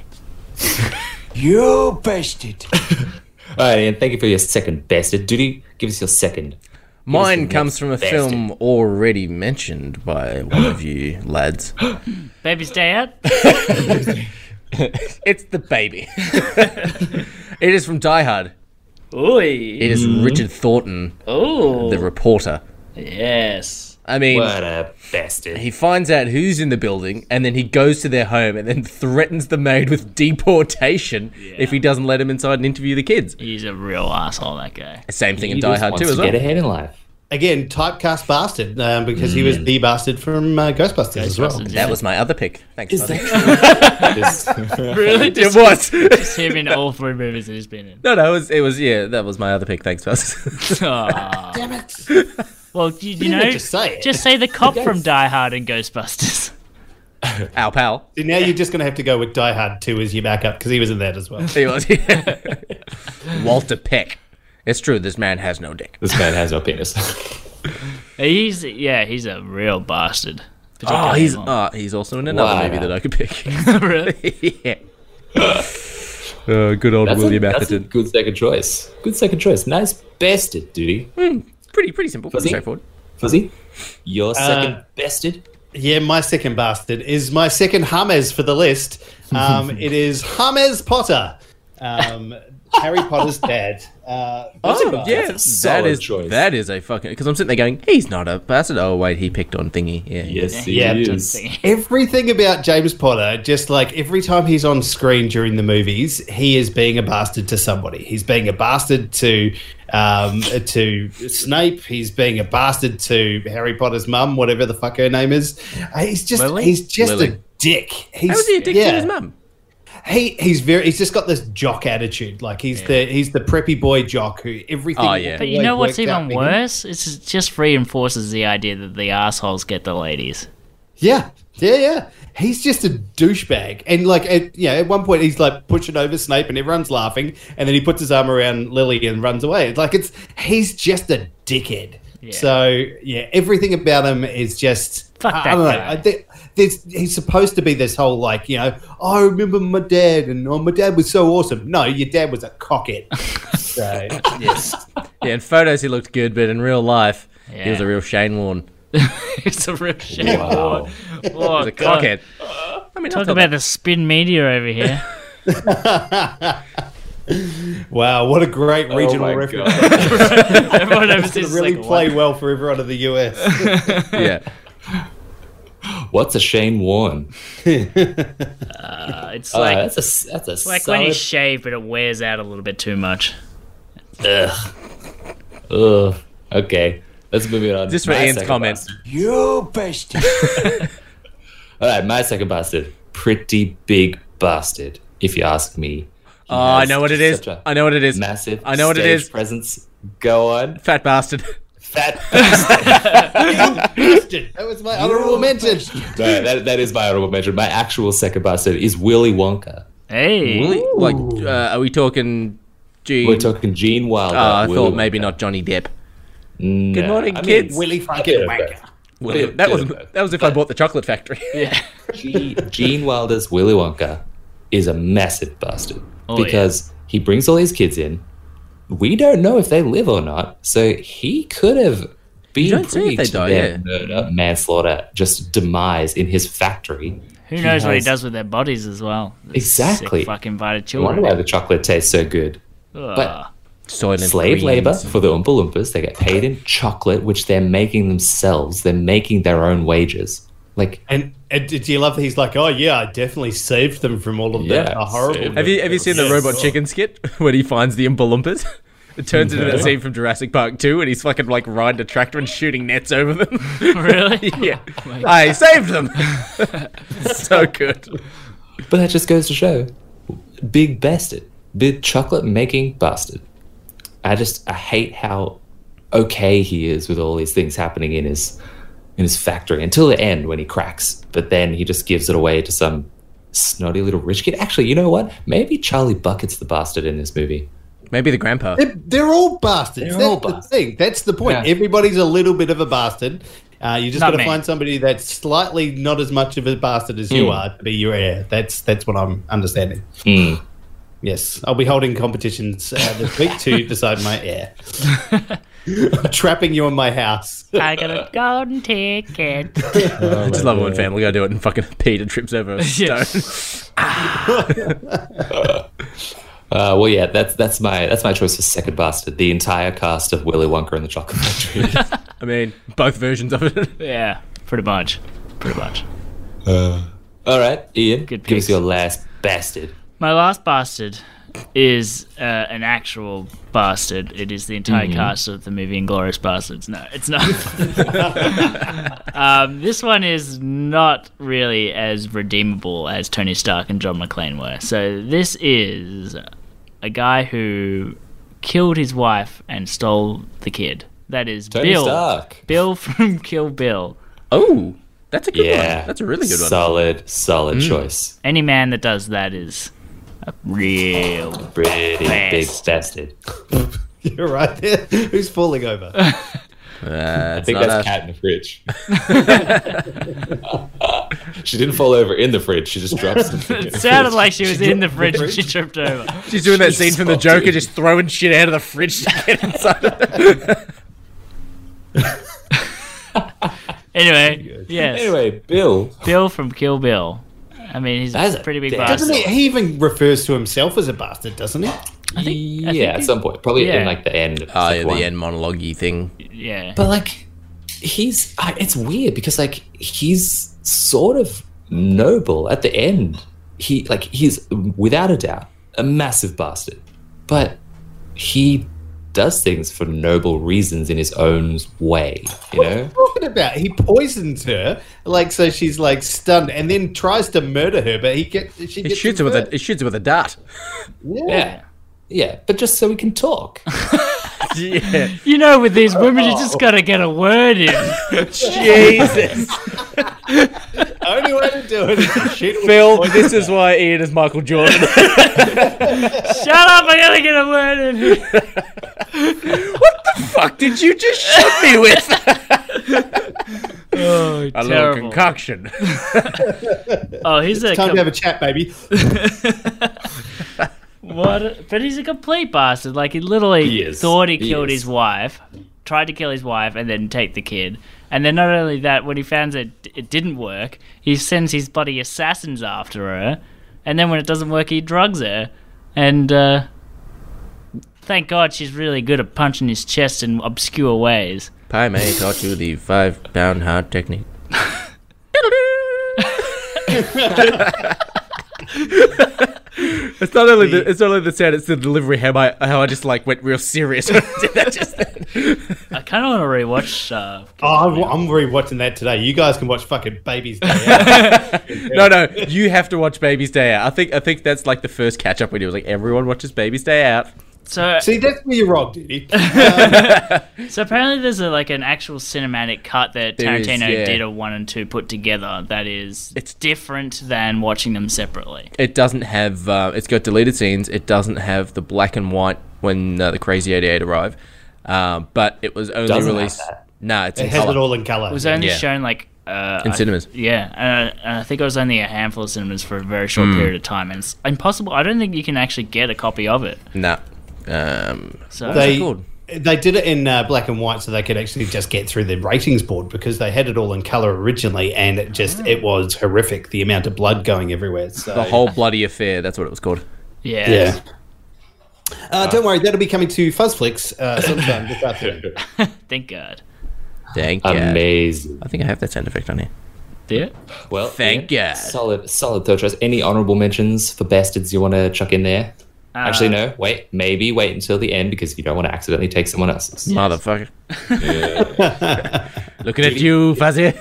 J: You bested.
C: All right, Ian, thank you for your second bastard. Duty, give us your second.
A: Mine
C: Yes,
A: comes from a
C: bastard.
A: film already mentioned by one of you lads.
D: Baby's Day Out?
A: It's the baby. it is from Die Hard.
D: Oi.
A: It is
E: Mm-hmm.
A: Richard Thornton,
D: Oh.
A: the reporter.
D: yes.
A: I mean,
C: What a bastard.
A: he finds out who's in the building, and then he goes to their home and then threatens the maid with deportation if he doesn't let him inside and interview the kids.
D: He's a real asshole, that guy.
A: Same thing
C: He
A: in Die
C: just
A: Hard
C: wants
A: too, as
C: to
A: well.
C: Get ahead in life.
E: again, typecast bastard um, because he was the bastard from uh, Ghostbusters, as well.
A: Mm. Ghostbusters, That yeah. was my other pick. Thanks, Is Todd.
D: that true? really?
A: It was.
D: Just him in all three movies that he's been in.
A: No, no, it was, it was yeah, that was my other pick. Thanks, Buzz.
D: Aw.
E: Damn it!
D: Ah. Well, you, you
E: Didn't
D: know,
E: they just say it?
D: just say the cop
E: Yes.
D: from Die Hard and Ghostbusters.
A: Our pal.
E: So now you're just going to have to go with Die Hard 2 as your backup because he was in that as well.
A: He was. Walter Peck. It's true. This man has no dick.
C: This man has no penis.
D: He's yeah, he's a real bastard. But you
A: Oh,
D: can't
A: he's
D: hang
A: uh, he's also in another
C: Wow.
A: movie that I could pick.
D: on. really.
A: yeah. Uh, good old
C: That's, a,
A: William
C: that's a
A: Atherton.
C: good second choice. Good second choice. Nice bested, duty.
A: Pretty pretty simple, pretty
C: he-
A: straightforward.
C: Fuzzy,
D: Uh,
C: your second bested.
E: Yeah, my second bastard is my second James for the list. Um, it is James Potter, um, Harry Potter's dad. Uh,
A: Oh yeah, that
C: solid
A: is
C: choice.
A: that is a fucking because I'm sitting there going, he's not a bastard. Oh wait, he picked on thingy. Yeah,
C: Yes,
E: Yeah,
C: it
D: Don't
C: is.
D: think-
E: Everything about James Potter, just like every time he's on screen during the movies, he is being a bastard to somebody. He's being a bastard to um, to Snape. He's being a bastard to Harry Potter's mum, whatever the fuck her name is. Uh, He's just
A: Lily?
E: he's just
A: Lily.
E: a dick. He's
A: How is he a dick
E: yeah.
A: to his mum?
E: He he's very he's just got this jock attitude. Like he's the he's the preppy boy jock who everything.
A: Oh, yeah.
D: But you
E: always
D: know what's
E: works out
D: even
E: for him.
D: worse? It's just reinforces the idea that the assholes get the ladies.
E: Yeah, yeah, yeah. He's just a douchebag, and like, at, yeah, at one point he's like pushing over Snape, and everyone's laughing, and then he puts his arm around Lily and runs away. Like, it's he's just a dickhead. So yeah, everything about him is just
D: Fuck
E: I- I
D: that
E: don't know.
D: guy.
E: I think there's, he's supposed to be this whole like you know "Oh, I remember my dad and oh, my dad was so awesome. No, your dad was a cockhead. so yes,
A: Yeah, in photos he looked good, but in real life he was
D: Yeah.
A: a real Shane Warne.
D: it's a real shame.
C: Wow.
D: Oh,
A: He's a
D: God.
A: cockhead. I mean, I'll
D: Talk
A: tell
D: about
A: that.
D: the spin media over here.
E: wow, what a great regional reference.
D: Everyone overseas
E: It's
D: is
E: really
D: like,
E: play well for everyone in the US.
A: yeah.
C: What's a Shane Warren?
D: "Wow." It's
C: Uh,
D: like
C: that's a s- that's a
D: like
C: solid.
D: when you shave, but it wears out a little bit too much.
C: Ugh. Okay, let's move it on.
A: Just for
C: My
A: Ian's
C: second
A: comment.
C: bastard.
K: You bastard.
C: All right, my second bastard. Pretty big bastard, if you ask me. He
A: Oh, I
C: has
A: know what it
C: just
A: is.
C: such a
A: I know what it is.
C: Massive.
A: I know what it
C: stage
A: is.
C: Presence. Go on.
A: Fat bastard.
C: Fat bastard.
E: That was my honorable mention.
C: No, that, that is my honorable mention. My actual second bastard is Willy Wonka.
D: Hey,
A: Really? Like, uh, are we talking? Gene?
C: We're talking Gene Wilder.
A: Oh, I
C: Willy
A: thought maybe
C: Wonka.
A: not Johnny Depp.
C: Nah,
A: Good morning,
C: I mean,
A: kids.
E: Willy
C: bit
E: fucking
C: of
E: wanker.
C: both.
A: Well,
C: Bit of-
A: that
C: bit
A: was
C: of both.
A: that was if I bought the chocolate factory.
C: Gene, Gene Wilder's Willy Wonka is a massive bastard
A: Oh,
D: yeah.
C: because he brings all these kids in. We don't know if they live or not, so he could have been
A: don't see if
C: privy
A: they
C: to
A: die,
C: their
A: yeah.
C: murder, manslaughter, just demise in his factory.
D: who knows what he
C: has-
D: does with their bodies as well? Those
C: Exactly.
D: Sick, fuck invited
C: I wonder
D: children.
C: why the chocolate tastes so good.
D: Ugh.
A: Soylent
C: slave
A: Green.
C: labor for the Oompa Loompas. They get paid in chocolate, which they're making themselves. They're making their own wages. Like,
E: And, and do you love that he's like, oh yeah, I definitely saved them from all of
C: Yeah,
E: that. A horrible.
C: saved
A: Have you have you seen the
E: Yes.
A: Robot Chicken skit when he finds the Oompa Loompas? It turns into that scene from Jurassic Park 2 and he's fucking like riding a tractor and shooting nets over them.
D: really?
A: yeah. I saved them. so good.
C: but that just goes to show, big bastard, big chocolate making bastard. I just I hate how okay he is with all these things happening in his in his factory until the end when he cracks. But then he just gives it away to some snotty little rich kid. Actually, you know what? Maybe Charlie Bucket's the bastard in this movie.
A: Maybe the grandpa.
E: They're, they're all bastards.
C: They're
E: That's
C: all
E: the
C: bastards.
E: thing. That's the point.
C: Yeah.
E: Everybody's a little bit of a bastard. Uh, you just
D: Not
E: got to
D: me.
E: find somebody that's slightly not as much of a bastard as
C: Hmm.
E: you are to be your heir. That's that's what I'm understanding.
D: Hmm.
E: Yes, I'll be holding competitions uh, this week to decide my heir. I'm trapping you in my house.
D: I got a golden ticket.
A: I just love it when family go do it and fucking Peter trips over a
D: Yeah.
A: stone.
C: Uh, well, yeah, that's that's my that's my choice for second bastard. The entire cast of Willy Wonka and the Chocolate Factory.
A: I mean, both versions of it.
D: yeah, pretty much. Pretty much.
C: All right, Ian,
D: Good
C: give us
D: picks.
C: your last bastard.
D: My last bastard is uh, an actual bastard. It is the entire
C: Mm-hmm.
L: Mhm.
D: cast of the movie Inglorious Bastards. No, it's not. um, this one is not really as redeemable as Tony Stark and John McClane were. So this is a guy who killed his wife and stole the kid. That is
C: Tony
D: Bill.
C: Stark.
D: Bill from Kill Bill.
A: Oh, that's a
D: good
C: yeah.
D: one. That's a really good one.
C: Solid, solid
D: Mm.
C: choice.
D: Any man that does that is a real
C: Pretty big
D: bastard.
C: bastard.
E: You're right there. Who's falling over?
A: Uh,
C: I think that's cat in the fridge. she didn't fall over in the fridge. She just dropped something. in
D: it
C: the
D: sounded
C: fridge.
D: like she was
A: She
D: in the
A: dropped the
D: fridge and
A: fridge?
D: she tripped over.
A: She's doing that scene from the Joker, just throwing shit out of the fridge to get inside. Of
D: Anyway, yes.
C: Anyway, Bill.
D: Bill from Kill Bill. I mean, he's
E: That's
D: a pretty big
E: Doesn't
D: bastard.
E: he, he even refers to himself as a bastard, doesn't he?
C: yeah, at some point, probably
E: Yeah.
C: in like the end. Of
A: Oh, yeah,
C: the one.
A: the end monologue thing.
D: Yeah.
C: But like, he's I, it's weird because like he's sort of noble at the end. He like he's without a doubt a massive bastard, but he does things for noble reasons in his own way. You know.
E: Talking about he poisons her, like so she's like stunned, and then tries to murder her, but he gets she
A: He
E: gets
A: shoots her with a he shoots her with a dart.
E: Yeah.
C: yeah, but just so we can talk.
A: yeah.
D: You know, with these women, you just gotta get a word in.
A: Jesus.
E: Only way to do it is to shoot her
A: Phil, this is why Ian is Michael Jordan.
D: Shut up! I gotta get a word in.
A: Fuck! Did you just shoot me with
D: Oh,
A: a little
D: terrible.
A: concoction?
D: Oh, he's
E: It's
D: a
E: time
D: com-
E: to have a chat, baby.
D: what? a- but he's a complete bastard. Like he literally
C: He is.
D: thought he
C: He
D: killed
C: is.
D: his wife, tried to kill his wife, and then take the kid. And then not only that, when he finds it it didn't work, he sends his bloody assassins after her. And then when it doesn't work, he drugs her. And uh, thank God she's really good at punching his chest in obscure ways.
A: Pi May taught you the five pound hard technique. It's not only the, it's not only the sound; it's the delivery. How I how I just like went real serious. when I did that just then.
D: I kind of want to rewatch. Uh,
E: Oh, I'm, I'm rewatching that today. You guys can watch fucking Baby's Day.
A: no, no, you have to watch Baby's Day Out. I think I think that's like the first catch up we do. It was like everyone watches Baby's Day Out.
D: so
E: See, that's where you're wrong, dude.
D: So apparently, there's a, like an actual cinematic cut that
A: There is,
D: Tarantino
A: yeah.
D: did a one and two put together. That is, it's different than watching them separately.
A: It doesn't have. Uh, it's got deleted scenes. It doesn't have the black and white when uh, the Crazy Eighty Eight arrive. Um, but it was only
C: Doesn't have
A: released.
C: that.
A: No, nah, it's
E: It
A: in
E: has
A: colour.
E: it all in color.
D: It was only
A: Yeah.
D: shown like uh,
A: In
D: I-
A: cinemas.
D: Yeah, and I, and I think it was only a handful of cinemas for a very short
A: Mm.
D: period of time, and it's impossible. I don't think you can actually get a copy of it.
A: Nah. Um,
D: So
A: what was it
E: they
A: called?
E: they did it in uh, black and white so they could actually just get through the ratings board because they had it all in color originally and it just it was horrific the amount of blood going everywhere. So
A: Ah. The whole bloody affair. That's what it was called.
D: yeah,
E: yeah. Uh, don't worry, that'll be coming to Fuzzflix uh, sometime this afternoon.
D: Thank God.
A: Thank God.
C: Amazing.
A: I think I have that sound effect on here.
D: Yeah.
C: Well,
A: Thank
C: yeah,
A: God.
C: Solid, solid third choice. Any honorable mentions for bastards you want to chuck in there? Actually,
A: Uh,
C: no. Wait, maybe wait until the end because you don't want to accidentally take someone else's.
A: Motherfucker. Looking at you, Fuzzy.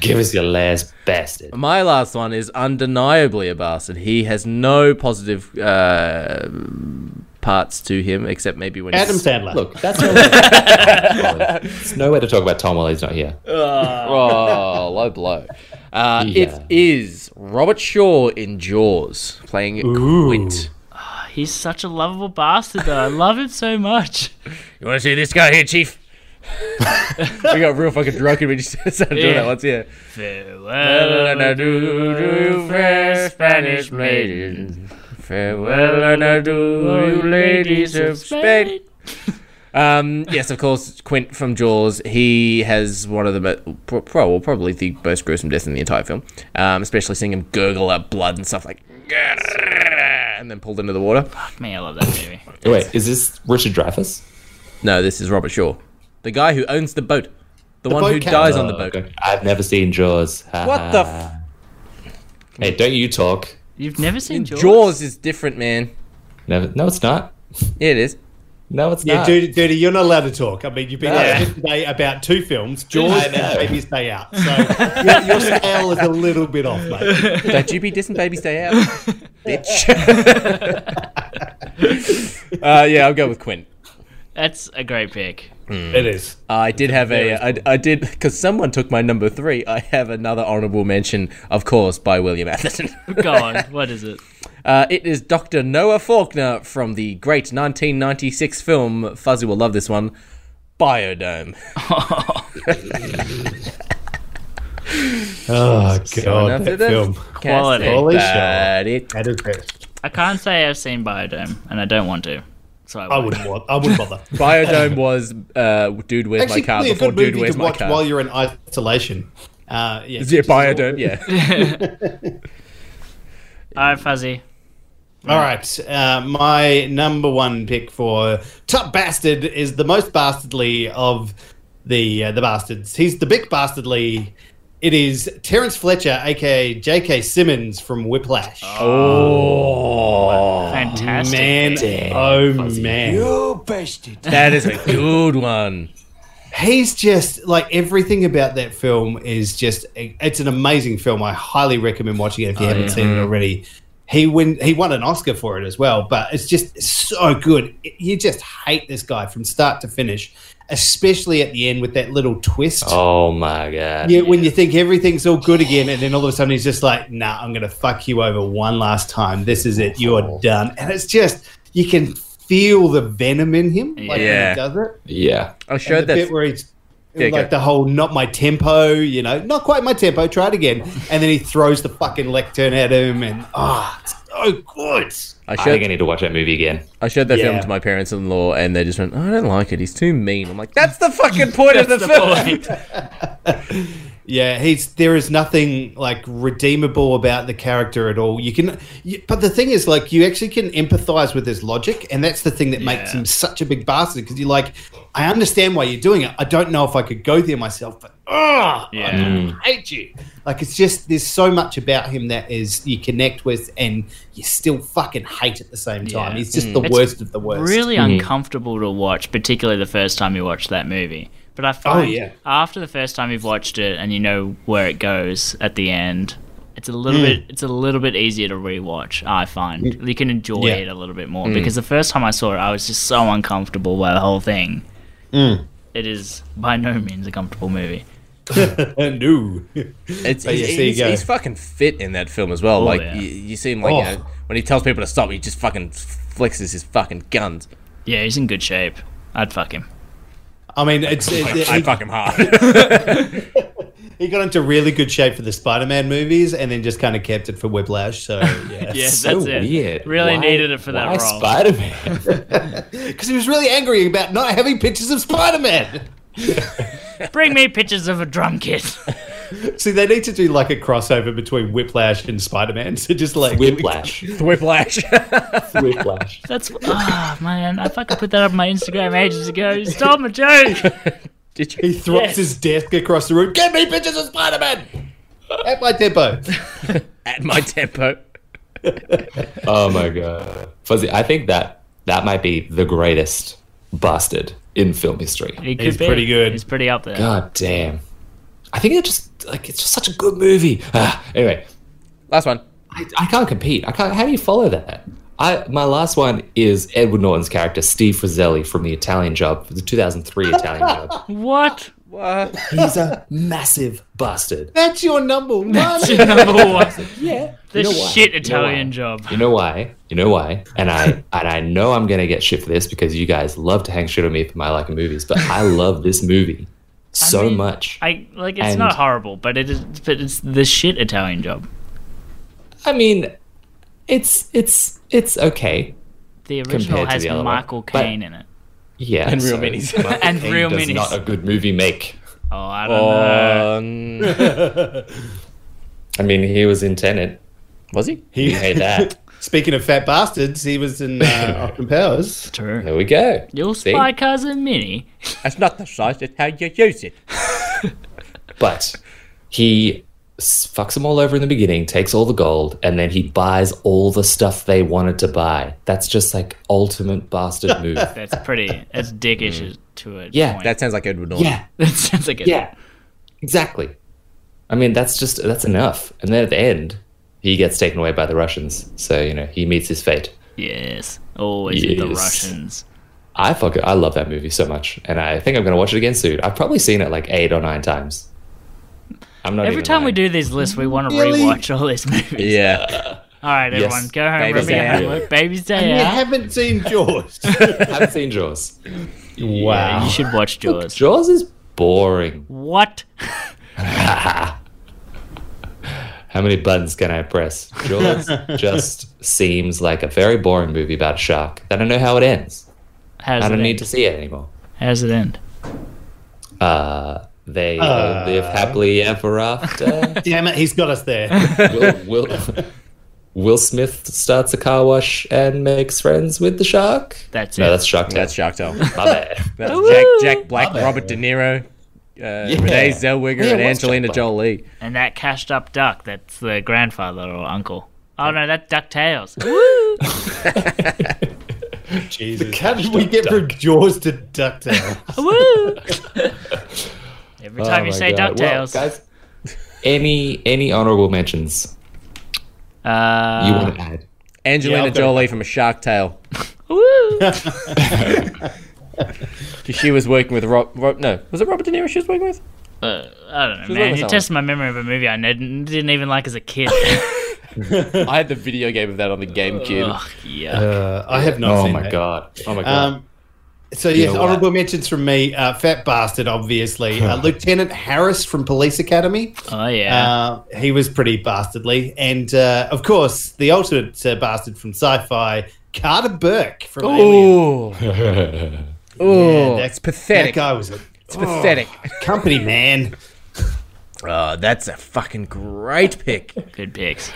C: Give us your last bastard.
A: My last one is undeniably a bastard. He has no positive uh, parts to him except maybe when
E: Adam
A: he's-
E: Sandler.
C: Look, that's nowhere. it's nowhere to talk about Tom while he's not here.
A: Oh, low blow. Uh,
C: Yeah.
A: It is Robert Shaw in Jaws playing Quint.
D: He's such a lovable bastard, though. I love him so much.
A: You want to see this guy here, Chief? we got real fucking drunk when you started doing
D: Yeah.
A: that once, yeah.
D: Farewell, and adieu to you, fair Spanish maidens.
A: Farewell and adieu, you ladies of Spain. Um, yes, of course, Quint from Jaws. He has one of the mo- pro- pro- well, probably the most gruesome death in the entire film. Um, especially seeing him gurgle out blood and stuff like, and then pulled into the water.
D: Man, I love that movie.
C: Wait, is this Richard Dreyfuss?
A: No, this is Robert Shaw, the guy who owns the boat, the, one
E: boat
A: who
E: captain.
A: dies on the
C: Oh,
A: boat. Ah.
C: okay. I've never seen Jaws. Ha
A: What
C: ha.
A: the? F-
C: Hey, don't you talk.
D: You've never seen Jaws?
A: Jaws is different, man.
C: No, no, it's not.
A: Yeah, it is.
C: No, it's
E: Yeah,
C: not.
E: dude, dude, you're not allowed to talk. I mean, you've been
C: No.
E: asking today about two films, Jaws
C: I
E: and
C: know.
E: Baby Stay Out. So your, your scale is a little bit off, mate.
A: Don't you be dissing baby stay out, bitch. uh, yeah, I'll go with Quinn.
D: That's a great pick.
A: Mm.
E: It is.
A: I did have a, I, I did because someone took my number three. I have another honourable mention, of course, by William Atherton.
D: Go on. What is it?
A: Uh, it is Dr. Noah Faulkner from the great 1996 film. Fuzzy will love this one. Biodome.
E: Oh,
A: Enough
E: God,
A: of
E: that
A: this.
E: film.
A: Can't
D: Quality.
A: say
E: Holy
A: that it-
E: That is best.
D: I can't say I've seen Biodome, and I don't want to. So I,
E: I
D: won't.
E: wouldn't want, I wouldn't bother.
A: Biodome was uh, Dude Where's
E: Actually,
A: My Car
E: probably a
A: before
E: good
A: Dude
E: movie
A: Where's
E: to
A: My
E: watch
A: Car.
E: while you're in isolation. Uh, yeah,
A: yeah, Biodome, yeah.
D: All right, Fuzzy.
E: All right, uh, my number one pick for top bastard is the most bastardly of the uh, the bastards. He's the big bastardly. It is Terrence Fletcher, aka J.K. Simmons from Whiplash.
A: Oh,
D: Fantastic.
E: man,
C: Damn,
E: oh
C: fuzzy.
E: man,
K: You bastard.
A: that is a good one.
E: he's just like everything about that film is just. It's an amazing film. I highly recommend watching it if you haven't seen it already. He win. He won an Oscar for it as well. But it's just so good. You just hate this guy from start to finish, especially at the end with that little twist.
C: Oh my god.
E: Yeah, when you think everything's all good again, and then all of a sudden he's just like, "Nah, I'm gonna fuck you over one last time. This is it. You're done." And it's just you can feel the venom in him, like
A: Yeah.
E: when he does it.
C: Yeah.
A: I
E: And
A: showed
E: the
A: that.
E: bit where he's
A: Yeah, go.
E: like the whole "not my tempo," you know, not quite my tempo. Try it again, and then he throws the fucking lectern at him, and ah, it's so
A: I
C: I
A: showed
C: think I need to watch that movie again.
A: I showed that film
E: Yeah.
A: to my parents-in-law, and they just went, "Oh, "I don't like it. He's too mean." I'm like, "That's the fucking point of the,
D: That's
A: film."
D: the point.
E: good. Yeah, he's there is nothing like redeemable about the character at all. You can, you, but the thing is, like, you actually can empathize with his logic, and that's the thing that makes him such a big bastard. Because you're like, I understand why you're doing it. I don't know if I could go there myself, but ah,
D: Yeah.
A: Mm.
E: I hate you. Like, it's just there's so much about him that is you connect with, and you still fucking hate at the same time.
D: Yeah. Mm.
E: He's just the
D: It's
E: worst of the worst.
D: Really uncomfortable to watch, particularly the first time you watch that movie. But
C: Oh,
D: I find
E: yeah.
D: after the first time you've watched it and you know where it goes at the end, it's a
C: Mm.
D: little bit it's a little bit easier to rewatch. I find you can enjoy
E: Yeah.
D: it a little bit more because the first time I saw it, I was just so uncomfortable by the whole thing.
C: Mm.
D: It is by no means a comfortable movie.
E: no.
A: It's,
E: But
A: he's,
E: yes, there you
A: he's-
E: go.
A: he's fucking fit in that film as well. like
D: yeah.
A: you, you see him like
E: Oh.
A: you know, when he tells people to stop, he just fucking flexes his fucking guns.
D: Yeah, he's in good shape. I'd fuck him.
E: I mean, it's, it,
A: I
E: it-
A: would fuck him hard.
E: He got into really good shape for the Spider-Man movies, and then just kind of kept it for Whiplash. So yeah,
D: Yeah,
C: So
D: that's it.
C: weird.
D: Really
C: Why-
D: needed it for that
C: Why
D: role.
C: Spider Man.
E: because he was really angry about not having pictures of Spider-Man.
D: Bring me pictures of a drum kit.
E: See, they need to do like a crossover between Whiplash and Spider-Man. So just like
C: Whiplash.
A: Whiplash.
C: Whiplash.
D: That's ah man, I fucking put that up on my Instagram ages ago. You stole my joke.
A: Did
E: he
A: you?
E: throws
D: Yes.
E: his desk across the room. Get me pictures of Spider-Man at my tempo.
A: At my tempo.
C: Oh my god. Fuzzy, I think that that might be the greatest bastard in film history.
D: He could
E: He's
D: be.
E: pretty good.
D: He's pretty up there.
C: God damn. I think it just like it's just such a good movie. Ah, anyway,
A: Last one.
C: I, I can't compete. I can't. How do you follow that? I my last one is Edward Norton's character Steve Frizzelli from the Italian Job, the 2003 Italian Job.
D: What?
A: What?
C: He's a massive bastard.
E: That's your number one.
D: Number one. The
C: know why? You
D: shit
C: know
D: Italian
C: why?
D: job.
C: You know why? You know why? And I and I know I'm gonna get shit for this because you guys love to hang shit on me for my like of movies, but I love this movie so
D: mean,
C: much.
D: I like it's
C: And-
D: not horrible, but it is but it's the shit Italian job.
C: I mean, it's it's it's okay.
D: The original
C: Compared to
D: has
C: the other one.
D: Michael
C: But-
D: Caine in it.
C: Yeah,
A: And real minis.
C: minis.
D: And real
C: does
D: minis.
C: Not a good movie make.
D: Oh, I don't know.
A: Um,
C: I mean, he was in Tenet.
A: was he?
C: You hate that.
E: Speaking of fat bastards, he was in uh, Austin Powers.
D: True.
C: There we go.
D: You'll
C: Oh. See?
D: spy cousin Minnie.
A: That's not the size. It's how you use it.
C: But he s- fucks them all over in the beginning, takes all the gold, and then he buys all the stuff they wanted to buy. That's just like ultimate bastard move.
D: That's pretty. That's dickish as- to it.
C: Mm. Yeah.
A: That sounds like Edward Norton.
C: yeah,
D: that sounds like it.
C: yeah, exactly. I mean, that's just that's enough. And then at the end, he gets taken away by the Russians. So you know he meets his fate.
D: Yes. Always the
C: Yes.
D: Russians.
C: I fucking I love that movie so much, and I think I'm gonna watch it again soon. I've probably seen it like eight or nine times. I'm not
D: Every
C: even
D: time we
C: lying.
D: do these lists, we want to
E: Really?
D: rewatch all these movies.
A: Yeah.
D: All right,
C: Yes.
D: everyone, go home,
A: Baby's
D: remember your
A: Day Out.
D: homework. Baby's Day
E: You
D: Out.
E: haven't seen Jaws.
C: I haven't seen Jaws.
E: wow.
C: Oh.
D: You should watch Jaws.
C: Jaws is boring.
D: What?
C: How many buttons can I press? Jaws just seems like a very boring movie about a shark. I don't know how it ends.
D: How does
C: I
D: it
C: don't
D: end?
C: need to see it anymore.
D: How does it end?
C: Uh, they all live happily ever after.
E: Damn it, he's got us there.
C: Will, Will, Will Smith starts a car wash and makes friends with the shark.
D: That's
C: no,
D: it.
C: that's Shark Tale.
A: That's Shark Tale.
C: My bad.
A: That's Jack, Jack Black, Robert De Niro, uh, Renee Zellweger,
C: Yeah,
A: and
C: it was Jack
A: Angelina
C: Black.
A: Jolie.
D: And that cashed up duck, that's the grandfather or uncle. Oh no, that's DuckTales.
E: Jesus. How did we get from Jaws to DuckTales?
D: Woo! Every time
C: Oh
D: you
C: my
D: say
C: God. Well,
D: DuckTales.
C: guys, any any honorable mentions
D: uh,
C: you want to add?
A: Angelina
E: I'll go.
A: Jolie from A Shark Tale.
D: woo!
A: 'Cause she was working with Rob. Rob no, was it Robert De Niro she was working with?
D: Uh, I don't know,
A: like
D: man. You
A: someone.
D: tested my memory of a movie I didn't, didn't even like as a kid.
A: I had the video game of that on the GameCube.
D: Ugh, yeah.
E: Uh, I have not
C: Oh
E: seen
C: my
E: that.
C: god! Oh my god!
E: Um, so yes,
C: know what?
E: honourable mentions from me. Uh, Fat bastard, obviously. Uh, Lieutenant Harris from Police Academy.
D: oh yeah.
E: Uh, he was pretty bastardly, and uh, of course, the ultimate uh, bastard from sci-fi, Carter Burke from Alien.
A: Ooh, ooh,
E: that-
A: it's pathetic.
E: That guy was a
A: it's pathetic.
E: company man.
A: Oh, that's a fucking great pick.
D: good picks.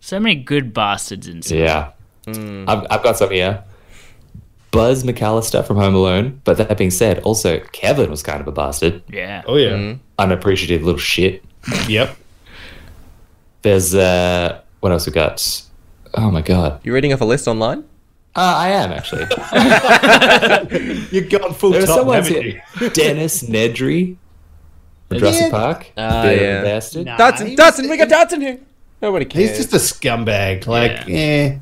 D: So many good bastards in cinema.
C: yeah, I've I've got some here. Buzz McAllister from Home Alone. But that being said, also Kevin was kind of a bastard,
D: Yeah.
E: Oh yeah.
C: Mm-hmm. unappreciative little shit.
E: Yep.
C: There's uh, what else we got? Oh my god!
A: You're reading off a list online?
C: Uh, I am actually.
E: You've got full
C: There's
E: top,
C: someone
E: haven't
C: here.
E: you?
C: Dennis Nedry. From Jurassic
E: Yeah.
C: Park.
A: Ah,
C: Bit of a
A: yeah.
C: bastard.
E: Nah,
A: Dotson,
E: he-
A: Dotson, we got Dotson here. Nobody cares.
E: He's just a scumbag. Like, yeah.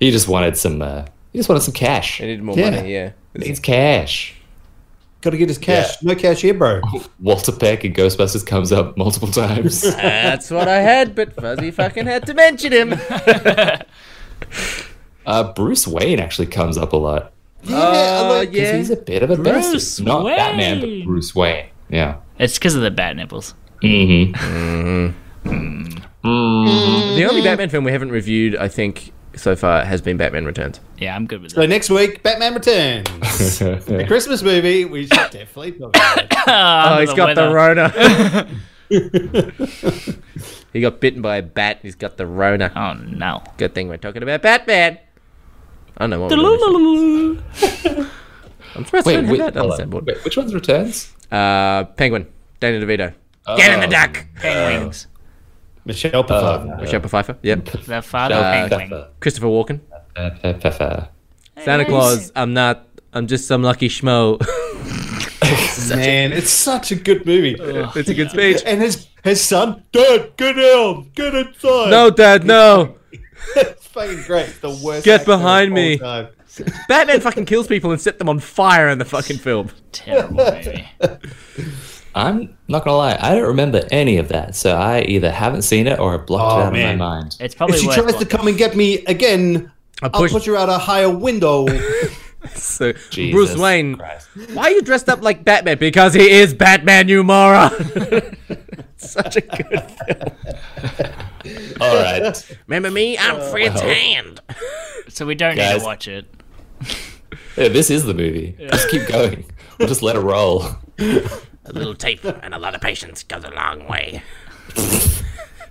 C: He just wanted some. Uh, he just wanted some cash.
A: I
C: He
A: needed more
E: Yeah.
A: money. Yeah.
C: needs cash.
E: Got to get his cash. No cash here, bro.
C: Walter Peck in Ghostbusters comes up multiple times.
A: That's what I had, but Fuzzy fucking had to mention him.
C: uh, Bruce Wayne actually comes up a lot.
E: Yeah,
A: Uh,
E: like,
C: Because
A: yeah.
C: he's a bit of a
D: Bruce
C: bastard. Not
D: Wayne.
C: Batman, but Bruce Wayne. Yeah.
D: It's because of the bat nipples.
C: Mm-hmm.
A: The only Batman film we haven't reviewed, I think, so far has been Batman Returns.
D: Yeah, I'm good with
E: So
D: that.
E: next week, Batman Returns, the Christmas movie. We should definitely talk about it.
D: Ah,
A: Oh,
D: under
A: he's got the
D: weather.
A: Rona. he got bitten by a bat. He's got the Rona.
D: Oh no.
A: Good thing we're talking about Batman. I don't know what we're doing.
D: That's
A: I'm surprised
C: Wait,
A: I don't
C: wait,
A: have that on
C: hold
A: the
C: on.
A: soundboard.
C: Wait, which one's Returns?
A: Uh, Penguin, Danny DeVito. Get in the
C: Oh,
A: duck.
D: Penguins.
E: Michelle Pfeiffer.
C: no.
A: Uh, Michelle Pfeiffer. Yep.
D: The father
A: Uh,
D: penguin.
A: Christopher Walken.
C: Pepper, pepper.
A: Santa Claus. I'm not. I'm just some lucky schmo.
E: Man, it's such a good movie.
A: it's a good speech.
E: And his his son, Dad, get out, get inside.
A: No, Dad, no.
E: it's fucking great. It's the worst.
A: Get
E: actor of
A: behind
E: all
A: me.
E: time.
A: Batman fucking kills people and set them on fire in the fucking film.
D: Terrible movie.
C: I'm not gonna lie, I don't remember any of that, so I either haven't seen it or I blocked
E: Oh,
C: it out
E: man.
C: of my mind.
D: It's
E: If
D: probably
E: she
D: worth
E: tries to
D: watching.
E: come and get me again, I'll
A: push-
E: put you out a higher window.
A: So Bruce
C: Jesus
A: Wayne,
C: Christ.
A: why are you dressed up like Batman? Because he is Batman, you moron. Such a good.
C: All right,
A: Remember me? I'm Fred's hand.
D: So we don't need
C: Guys.
D: to watch it.
C: Yeah, this is the movie. Just keep going. We'll just let it roll.
A: A little tape and a lot of patience goes a long way.
E: and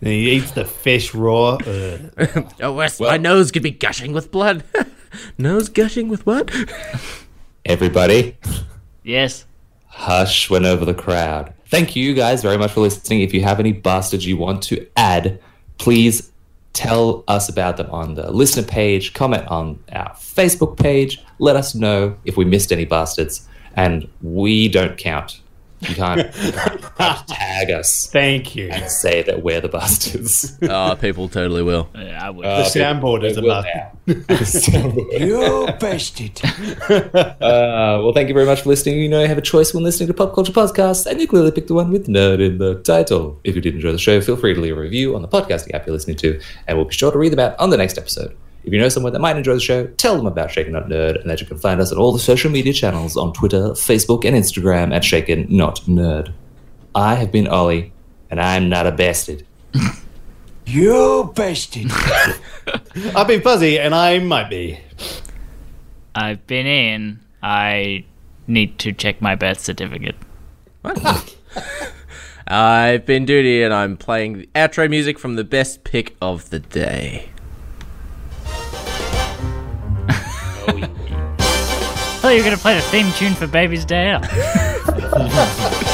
E: he eats the fish raw. Ugh.
A: Oh, worse, my nose could be gushing with blood. nose gushing with what?
C: Everybody,
D: Yes.
C: hush went over the crowd. Thank you guys very much for listening. If you have any bastards you want to add, please tell us about them on the listener page, comment on our Facebook page, let us know if we missed any bastards, and we don't count. You can't, you can't tag us.
E: Thank you.
C: And say that we're the bastards.
A: Oh, people totally will.
D: Yeah, I would.
E: the soundboard is about.
J: You bastard.
C: Uh, well, thank you very much for listening. You know, you have a choice when listening to Pop Culture Podcasts, and you clearly picked the one with nerd in the title. If you did enjoy the show, feel free to leave a review on the podcasting app you're listening to, and we'll be sure to read them out on the next episode. If you know someone that might enjoy the show, tell them about Shaken Not Nerd, and that you can find us on all the social media channels on Twitter, Facebook, and Instagram at Shaken Not Nerd. I have been Ollie, and I'm not a bastard.
J: You bastard.
E: I've been fuzzy, and I might be.
D: I've been in. I need to check my birth certificate.
A: I've been Duty, and I'm playing the outro music from the best pick of the day.
D: Oh, I thought you were going to play the theme tune for Baby's Day Out.